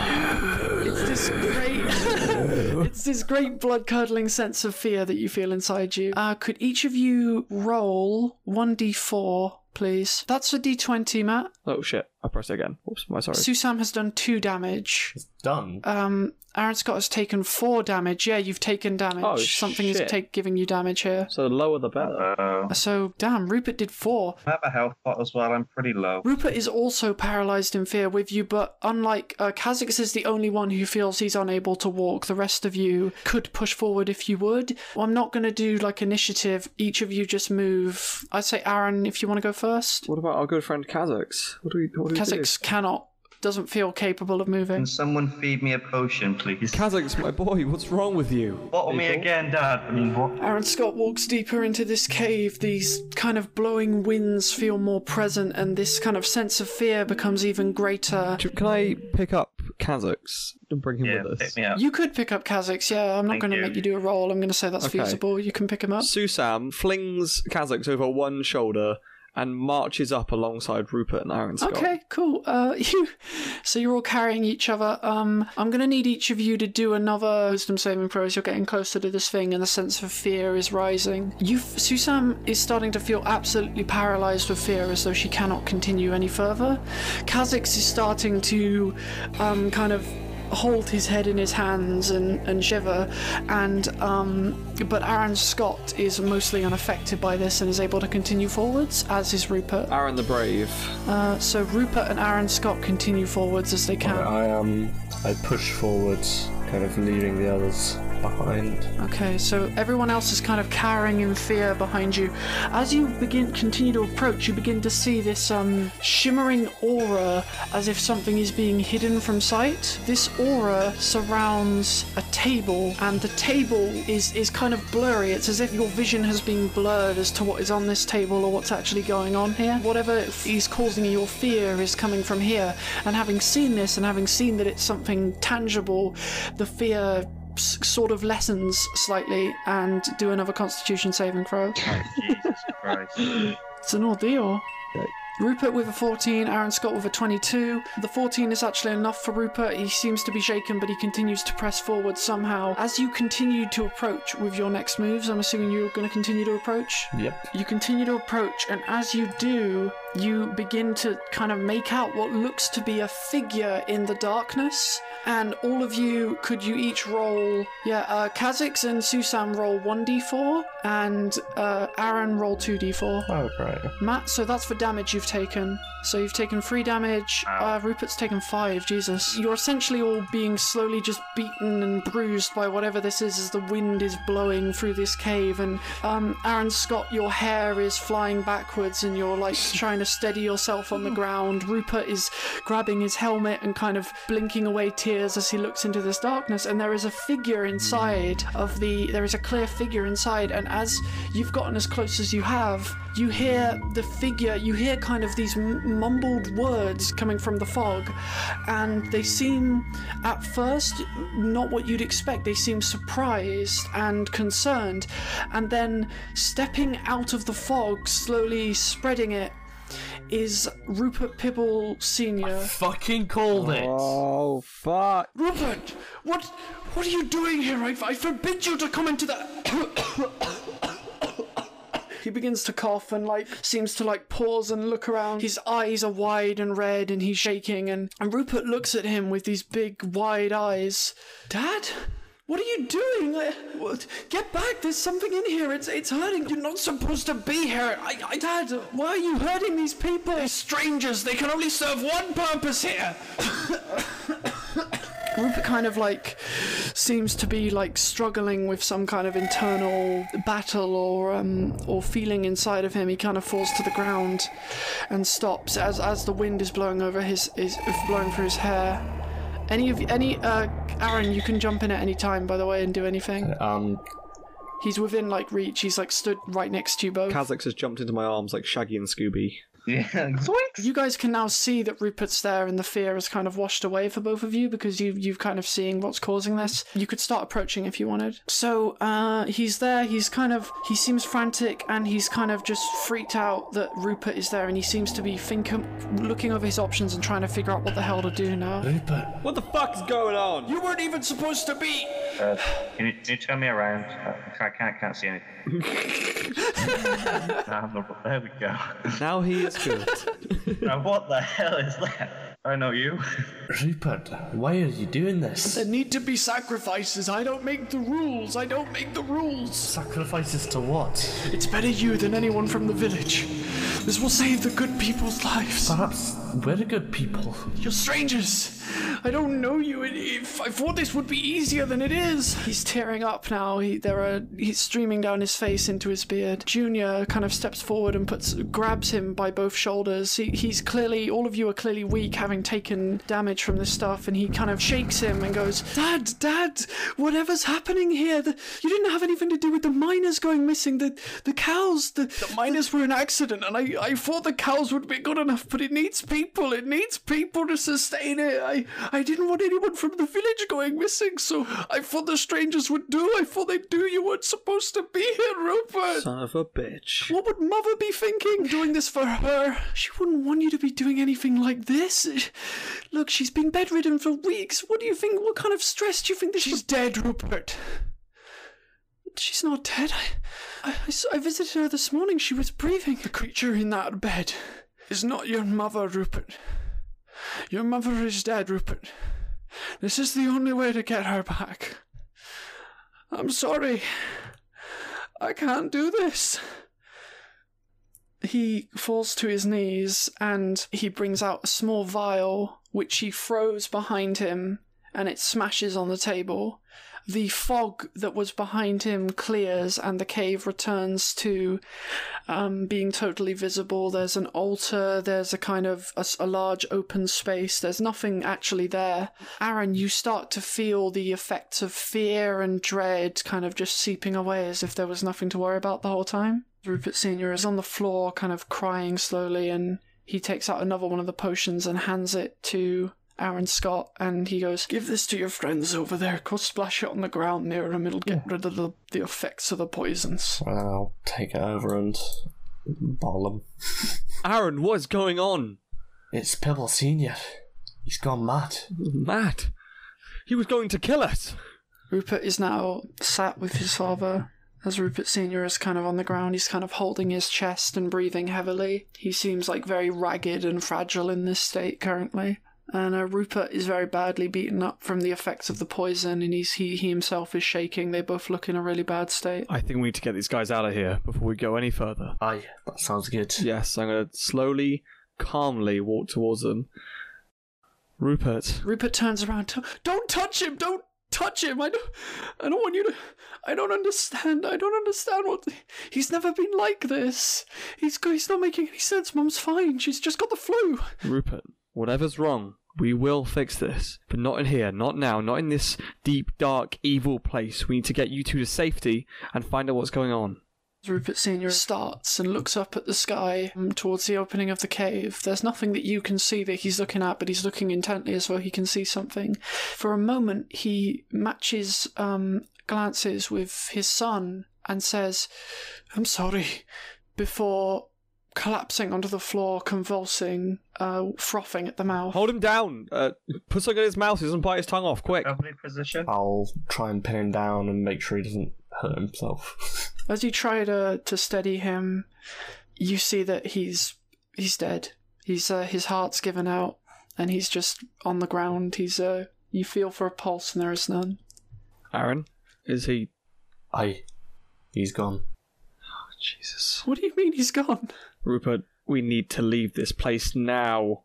Speaker 7: it's this great it's this great blood curdling sense of fear that you feel inside you uh, could each of you roll 1d4 please that's a d20 matt
Speaker 15: Oh shit. I pressed it again. Oops, my sorry.
Speaker 7: susam has done two damage
Speaker 9: Done.
Speaker 7: um aaron scott has taken four damage yeah you've taken damage
Speaker 15: Oh,
Speaker 7: something is
Speaker 15: shit.
Speaker 7: take, giving you damage here
Speaker 15: So the lower the better.
Speaker 4: Oh.
Speaker 7: so damn rupert did four
Speaker 4: I have a health pot as well. I'm pretty low.
Speaker 7: Rupert is also paralyzed in fear with you, but unlike uh, Kazix is the only one who feels he's unable to walk. The rest of you could push forward if you would. Well, I'm not going to do like initiative. Each of you just move. I'd say Aaron, if you want to go first.
Speaker 15: What about our good friend Kazakhs? What do we what do we do?
Speaker 7: Kazix cannot, doesn't feel capable of moving.
Speaker 4: Can someone feed me a potion, please?
Speaker 2: Kazakhs, my boy, what's wrong with you?
Speaker 4: Bottle me again, Dad. I mean, what?
Speaker 7: Aaron Scott walks deeper into this cave. These kind of blowing winds feel more present, and this kind of sense of fear becomes even greater.
Speaker 2: Do- Can I pick up Kazakhs and bring him
Speaker 4: Yeah,
Speaker 2: with us?
Speaker 4: pick me up.
Speaker 7: You could pick up Kazix, yeah. I'm not
Speaker 4: Thank
Speaker 7: going to
Speaker 4: you.
Speaker 7: make you do a roll. I'm going to say that's
Speaker 2: Okay.
Speaker 7: feasible. You can pick him up.
Speaker 15: Susam flings Kazakhs over one shoulder and marches up alongside Rupert and Aaron Scott.
Speaker 7: Okay, cool. Uh, you, so you're all carrying each other. Um, I'm gonna need each of you to do another wisdom saving throw as you're getting closer to this thing, and the sense of fear is rising. You, Susam, is starting to feel absolutely paralyzed with fear, as though she cannot continue any further. Kazix is starting to, um, kind of hold his head in his hands and, and shiver. And um, but Aaron Scott is mostly unaffected by this and is able to continue forwards, as is Rupert.
Speaker 15: Aaron the Brave.
Speaker 7: Uh, so Rupert and Aaron Scott continue forwards as they can.
Speaker 9: I um, I push forwards, kind of leaving the others behind.
Speaker 7: Okay, so everyone else is kind of cowering in fear behind you. As you begin continue to approach, you begin to see this um, shimmering aura, as if something is being hidden from sight. This aura surrounds a table, and the table is is kind of blurry. It's as if your vision has been blurred as to what is on this table or what's actually going on here. Whatever is causing your fear is coming from here. And having seen this, and having seen that it's something tangible, the fear s- sort of lessens slightly and do another constitution saving throw.
Speaker 13: Jesus Christ.
Speaker 7: It's an ordeal. Rupert with a 14, Aaron Scott with a 22. The 14 is actually enough for Rupert. He seems to be shaken, but he continues to press forward somehow. As you continue to approach with your next moves, I'm assuming you're going to continue to approach?
Speaker 1: Yep.
Speaker 7: You continue to approach, and as you do, you begin to kind of make out what looks to be a figure in the darkness. And all of you, could you each roll? Yeah, uh, Kazix and Susam roll 1d4, and uh, Aaron roll 2d4.
Speaker 9: Oh, right.
Speaker 7: Matt, so that's for damage you've taken. So you've taken three damage. Uh, Rupert's taken five. Jesus, you're essentially all being slowly just beaten and bruised by whatever this is as the wind is blowing through this cave. And um, Aaron Scott, your hair is flying backwards, and you're like trying to steady yourself on the ground. Rupert is grabbing his helmet and kind of blinking away tears as he looks into this darkness. And there is a figure inside of the. There is a clear figure inside, and as you've gotten as close as you have, you hear the figure, you hear kind of these m- mumbled words coming from the fog, and they seem at first not what you'd expect. They seem surprised and concerned, and then stepping out of the fog, slowly spreading it, is Rupert Pibble Sr.
Speaker 9: Fucking called it.
Speaker 7: Oh fuck! Rupert, what what are you doing here? I, I forbid you to come into the. he begins to cough and like seems to like pause and look around. His eyes are wide and red, and he's shaking. And and Rupert looks at him with these big wide eyes. Dad. What are you doing? I, what, get back! There's something in here. It's it's hurting. You're not supposed to be here. I, I, Dad, why are you hurting these people? They're strangers. They can only serve one purpose here. Rupert kind of like seems to be like struggling with some kind of internal battle or um, or feeling inside of him. He kind of falls to the ground and stops as as the wind is blowing over his is blowing through his hair. Any of any uh, Aaron, you can jump in at any time, by the way, and do anything.
Speaker 9: Um,
Speaker 7: He's within like reach. He's like stood right next to you both.
Speaker 15: Kazakh has jumped into my arms like Shaggy and Scooby.
Speaker 7: Yeah, You guys can now see that Rupert's there, and the fear is kind of washed away for both of you because you you've kind of seeing what's causing this. You could start approaching if you wanted. So uh, he's there. He's kind of he seems frantic, and he's kind of just freaked out that Rupert is there, and he seems to be thinking, looking over his options and trying to figure out what the hell to do now.
Speaker 9: Rupert,
Speaker 7: what the fuck's going on? You weren't even supposed to be.
Speaker 4: Uh, can, you, can you turn me around? I can't, can't see anything. Ah, no, there we go.
Speaker 2: Now he is good.
Speaker 4: now, what the hell is that? I know you.
Speaker 9: Rupert, why are you doing this?
Speaker 7: There need to be sacrifices. I don't make the rules. I don't make the rules.
Speaker 9: Sacrifices to what?
Speaker 7: It's better you than anyone from the village. This will save the good people's lives.
Speaker 9: Perhaps we're good people.
Speaker 7: You're strangers. I don't know you. It- If I thought this would be easier than it is. He's tearing up now. He, there are he's streaming down his face into his beard. Junior kind of steps forward and puts grabs him by both shoulders. He, he's clearly all of you are clearly weak, having taken damage from this stuff, and he kind of shakes him and goes, "Dad, Dad, whatever's happening here? The, you didn't have anything to do with the miners going missing. The the cows. The, the miners were an accident, and I I thought the cows would be good enough, but it needs people. It needs people to sustain it. I I didn't want anyone from the village going missing, so I thought the strangers would do. I thought they'd do. You weren't supposed to be here, Rupert.
Speaker 15: Son of a bitch.
Speaker 7: What would mother be thinking doing this for her? She wouldn't want you to be doing anything like this. Look, she's been bedridden for weeks. What do you think? What kind of stress do you think this She's dead, Rupert. She's not dead. I, I, I s- I visited her this morning. She was breathing. The creature in that bed is not your mother, Rupert. Your mother is dead, Rupert. This is the only way to get her back. I'm sorry. I can't do this. He falls to his knees and he brings out a small vial which he throws behind him and it smashes on the table. The fog that was behind him clears and the cave returns to um, being totally visible. There's an altar, there's a kind of a, s- a large open space, there's nothing actually there. Aaron, you start to feel the effects of fear and dread kind of just seeping away as if there was nothing to worry about the whole time. Rupert Sr. is on the floor, kind of crying slowly, and he takes out another one of the potions and hands it to Aaron Scott, and he goes, Give this to your friends over there. Go splash it on the ground near him. It'll get rid of the, the effects of the poisons.
Speaker 9: And I'll take it over and bottle him.
Speaker 2: Aaron, what is going on?
Speaker 9: It's Pebble Senior. He's gone mad.
Speaker 2: Mad. He was going to kill us.
Speaker 7: Rupert is now sat with his father. As Rupert Sr. is kind of on the ground, he's kind of holding his chest and breathing heavily. He seems like very ragged and fragile in this state currently. And uh, Rupert is very badly beaten up from the effects of the poison, and he's, he, he himself is shaking. They both look in a really bad state.
Speaker 2: I think we need to get these guys out of here before we go any further.
Speaker 9: Aye, that sounds good.
Speaker 2: Yes, I'm going to slowly, calmly walk towards them. Rupert.
Speaker 7: Rupert turns around. "Don't- Don't touch him! Don't touch him! I don't, I don't want you to. I don't understand. I don't understand what. He's never been like this. He's go- he's not making any sense. Mum's fine. She's just got the flu.
Speaker 2: Rupert, whatever's wrong, we will fix this. But not in here, not now, not in this deep, dark, evil place. We need to get you two to safety and find out what's going on.
Speaker 7: Rupert Sr. starts and looks up at the sky um, towards the opening of the cave. There's nothing that you can see that he's looking at, but he's looking intently as though he can see something. For a moment, he matches um, glances with his son and says, I'm sorry, before collapsing onto the floor, convulsing, uh, frothing at the mouth.
Speaker 2: Hold him down. Uh, put something in his mouth. He doesn't bite his tongue off. Quick.
Speaker 13: position.
Speaker 9: I'll try and pin him down and make sure he doesn't hurt himself.
Speaker 7: As you try to to steady him, you see that he's he's dead. He's uh, his heart's given out, and he's just on the ground. He's uh, you feel for a pulse, and there is none.
Speaker 2: Aaron, is he?
Speaker 9: Aye, he's gone.
Speaker 2: Oh, Jesus.
Speaker 7: What do you mean he's gone?
Speaker 2: Rupert, we need to leave this place now.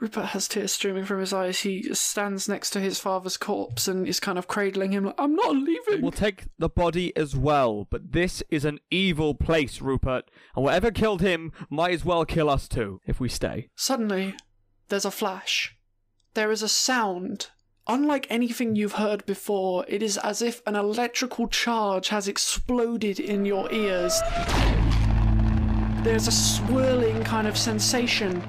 Speaker 7: Rupert has tears streaming from his eyes. He stands next to his father's corpse and is kind of cradling him. Like, I'm not leaving.
Speaker 2: We'll take the body as well, but this is an evil place, Rupert, and whatever killed him might as well kill us too if we stay.
Speaker 7: Suddenly, there's a flash. There is a sound. Unlike anything you've heard before, it is as if an electrical charge has exploded in your ears. There's a swirling kind of sensation,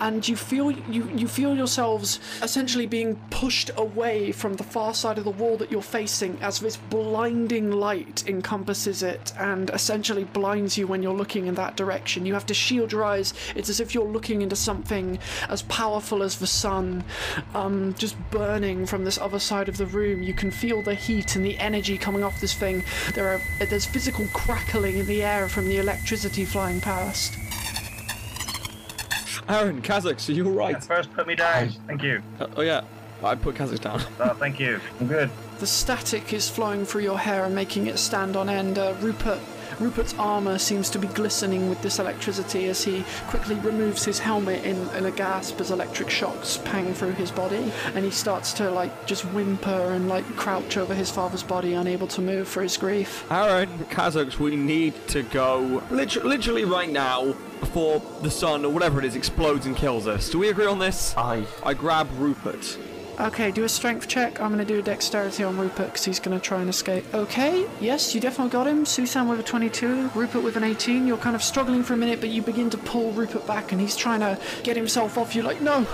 Speaker 7: and you feel you, you feel yourselves essentially being pushed away from the far side of the wall that you're facing as this blinding light encompasses it and essentially blinds you when you're looking in that direction. You have to shield your eyes. It's as if you're looking into something as powerful as the sun, um, just burning from this other side of the room. You can feel the heat and the energy coming off this thing. There are there's physical crackling in the air from the electricity flying past.
Speaker 2: Aaron, Kazakh, are you alright?
Speaker 13: First, put me down. Thank you.
Speaker 2: Uh, oh, yeah. I put Kazakh down.
Speaker 4: Ah,
Speaker 13: Oh, thank you. I'm good.
Speaker 7: The static is flowing through your hair and making it stand on end. Uh, Rupert, Rupert's armor seems to be glistening with this electricity as he quickly removes his helmet in, in a gasp as electric shocks pang through his body, and he starts to like just whimper and like crouch over his father's body, unable to move for his grief.
Speaker 2: Aaron, Kazakhs, we need to go literally, literally right now before the sun or whatever it is explodes and kills us. Do we agree on this?
Speaker 9: Aye.
Speaker 2: I grab Rupert.
Speaker 7: Okay, do a strength check. I'm gonna do a dexterity on Rupert because he's gonna try and escape. Okay, yes, you definitely got him. Susan with a 22, Rupert with an 18. You're kind of struggling for a minute, but you begin to pull Rupert back, and he's trying to get himself off. You're like, no,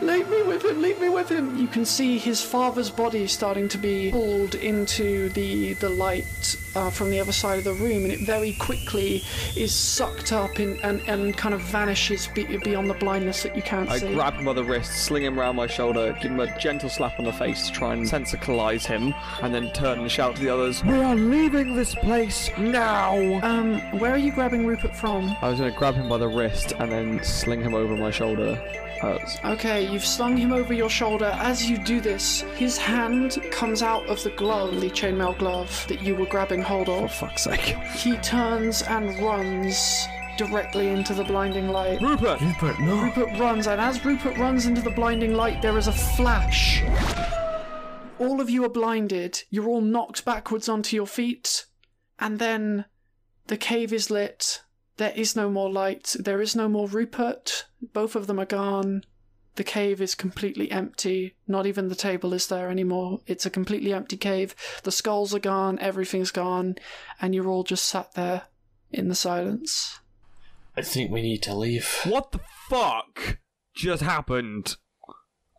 Speaker 7: leave me with him, leave me with him. You can see his father's body starting to be pulled into the the light uh, from the other side of the room, and it very quickly is sucked up in, and and kind of vanishes be- beyond the blindness that you can't
Speaker 2: I
Speaker 7: see.
Speaker 2: grab him by the wrist, sling him round my shoulder, give him a gentle slap on the face to try and sensicalise him, and then turn and shout to the others, We are leaving this place now!
Speaker 7: Um, where are you grabbing Rupert from?
Speaker 2: I was going to grab him by the wrist and then sling him over my shoulder Uh,
Speaker 1: hurts.
Speaker 7: Okay, you've slung him over your shoulder. As you do this, his hand comes out of the glove, the chainmail glove that you were grabbing hold of.
Speaker 1: For fuck's sake.
Speaker 7: He turns and runs directly into the blinding light.
Speaker 2: Rupert!
Speaker 9: Rupert, no!
Speaker 7: Rupert runs, and as Rupert runs into the blinding light, there is a flash. All of you are blinded. You're all knocked backwards onto your feet. And then the cave is lit. There is no more light. There is no more Rupert. Both of them are gone. The cave is completely empty. Not even the table is there anymore. It's a completely empty cave. The skulls are gone. Everything's gone. And you're all just sat there in the silence.
Speaker 9: I think we need to leave.
Speaker 2: What the fuck just happened?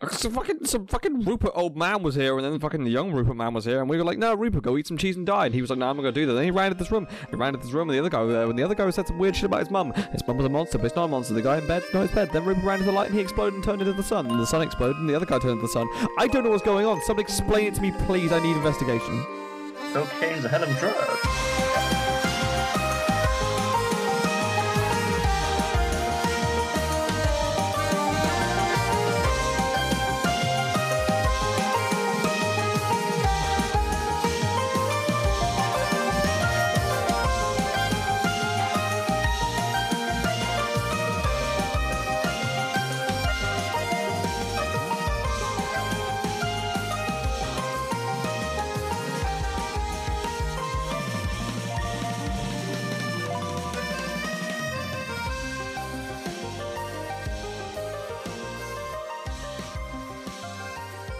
Speaker 2: Uh, Some fucking, some fucking Rupert old man was here, and then fucking the young Rupert man was here, and we were like, "No, Rupert, go eat some cheese and die." And he was like, "No, I'm not gonna do that." Then he ran into this room. He ran into this room, and the other guy was there. And the other guy said some weird shit about his mum. His mum was a monster, but it's not a monster. The guy in bed's not his bed. Then Rupert ran into the light, and he exploded and turned into the sun. And the sun exploded, and the other guy turned into the sun. I don't know what's going on. Somebody explain it to me, please. I need investigation.
Speaker 4: Cocaine's a hell of a drug.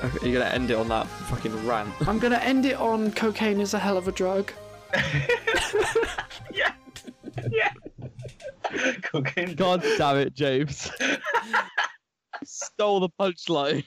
Speaker 15: Okay, you're gonna end it on that fucking rant.
Speaker 7: I'm gonna end it on cocaine is a hell of a drug.
Speaker 4: yeah. Cooking.
Speaker 14: God damn it, James. Stole the punchline.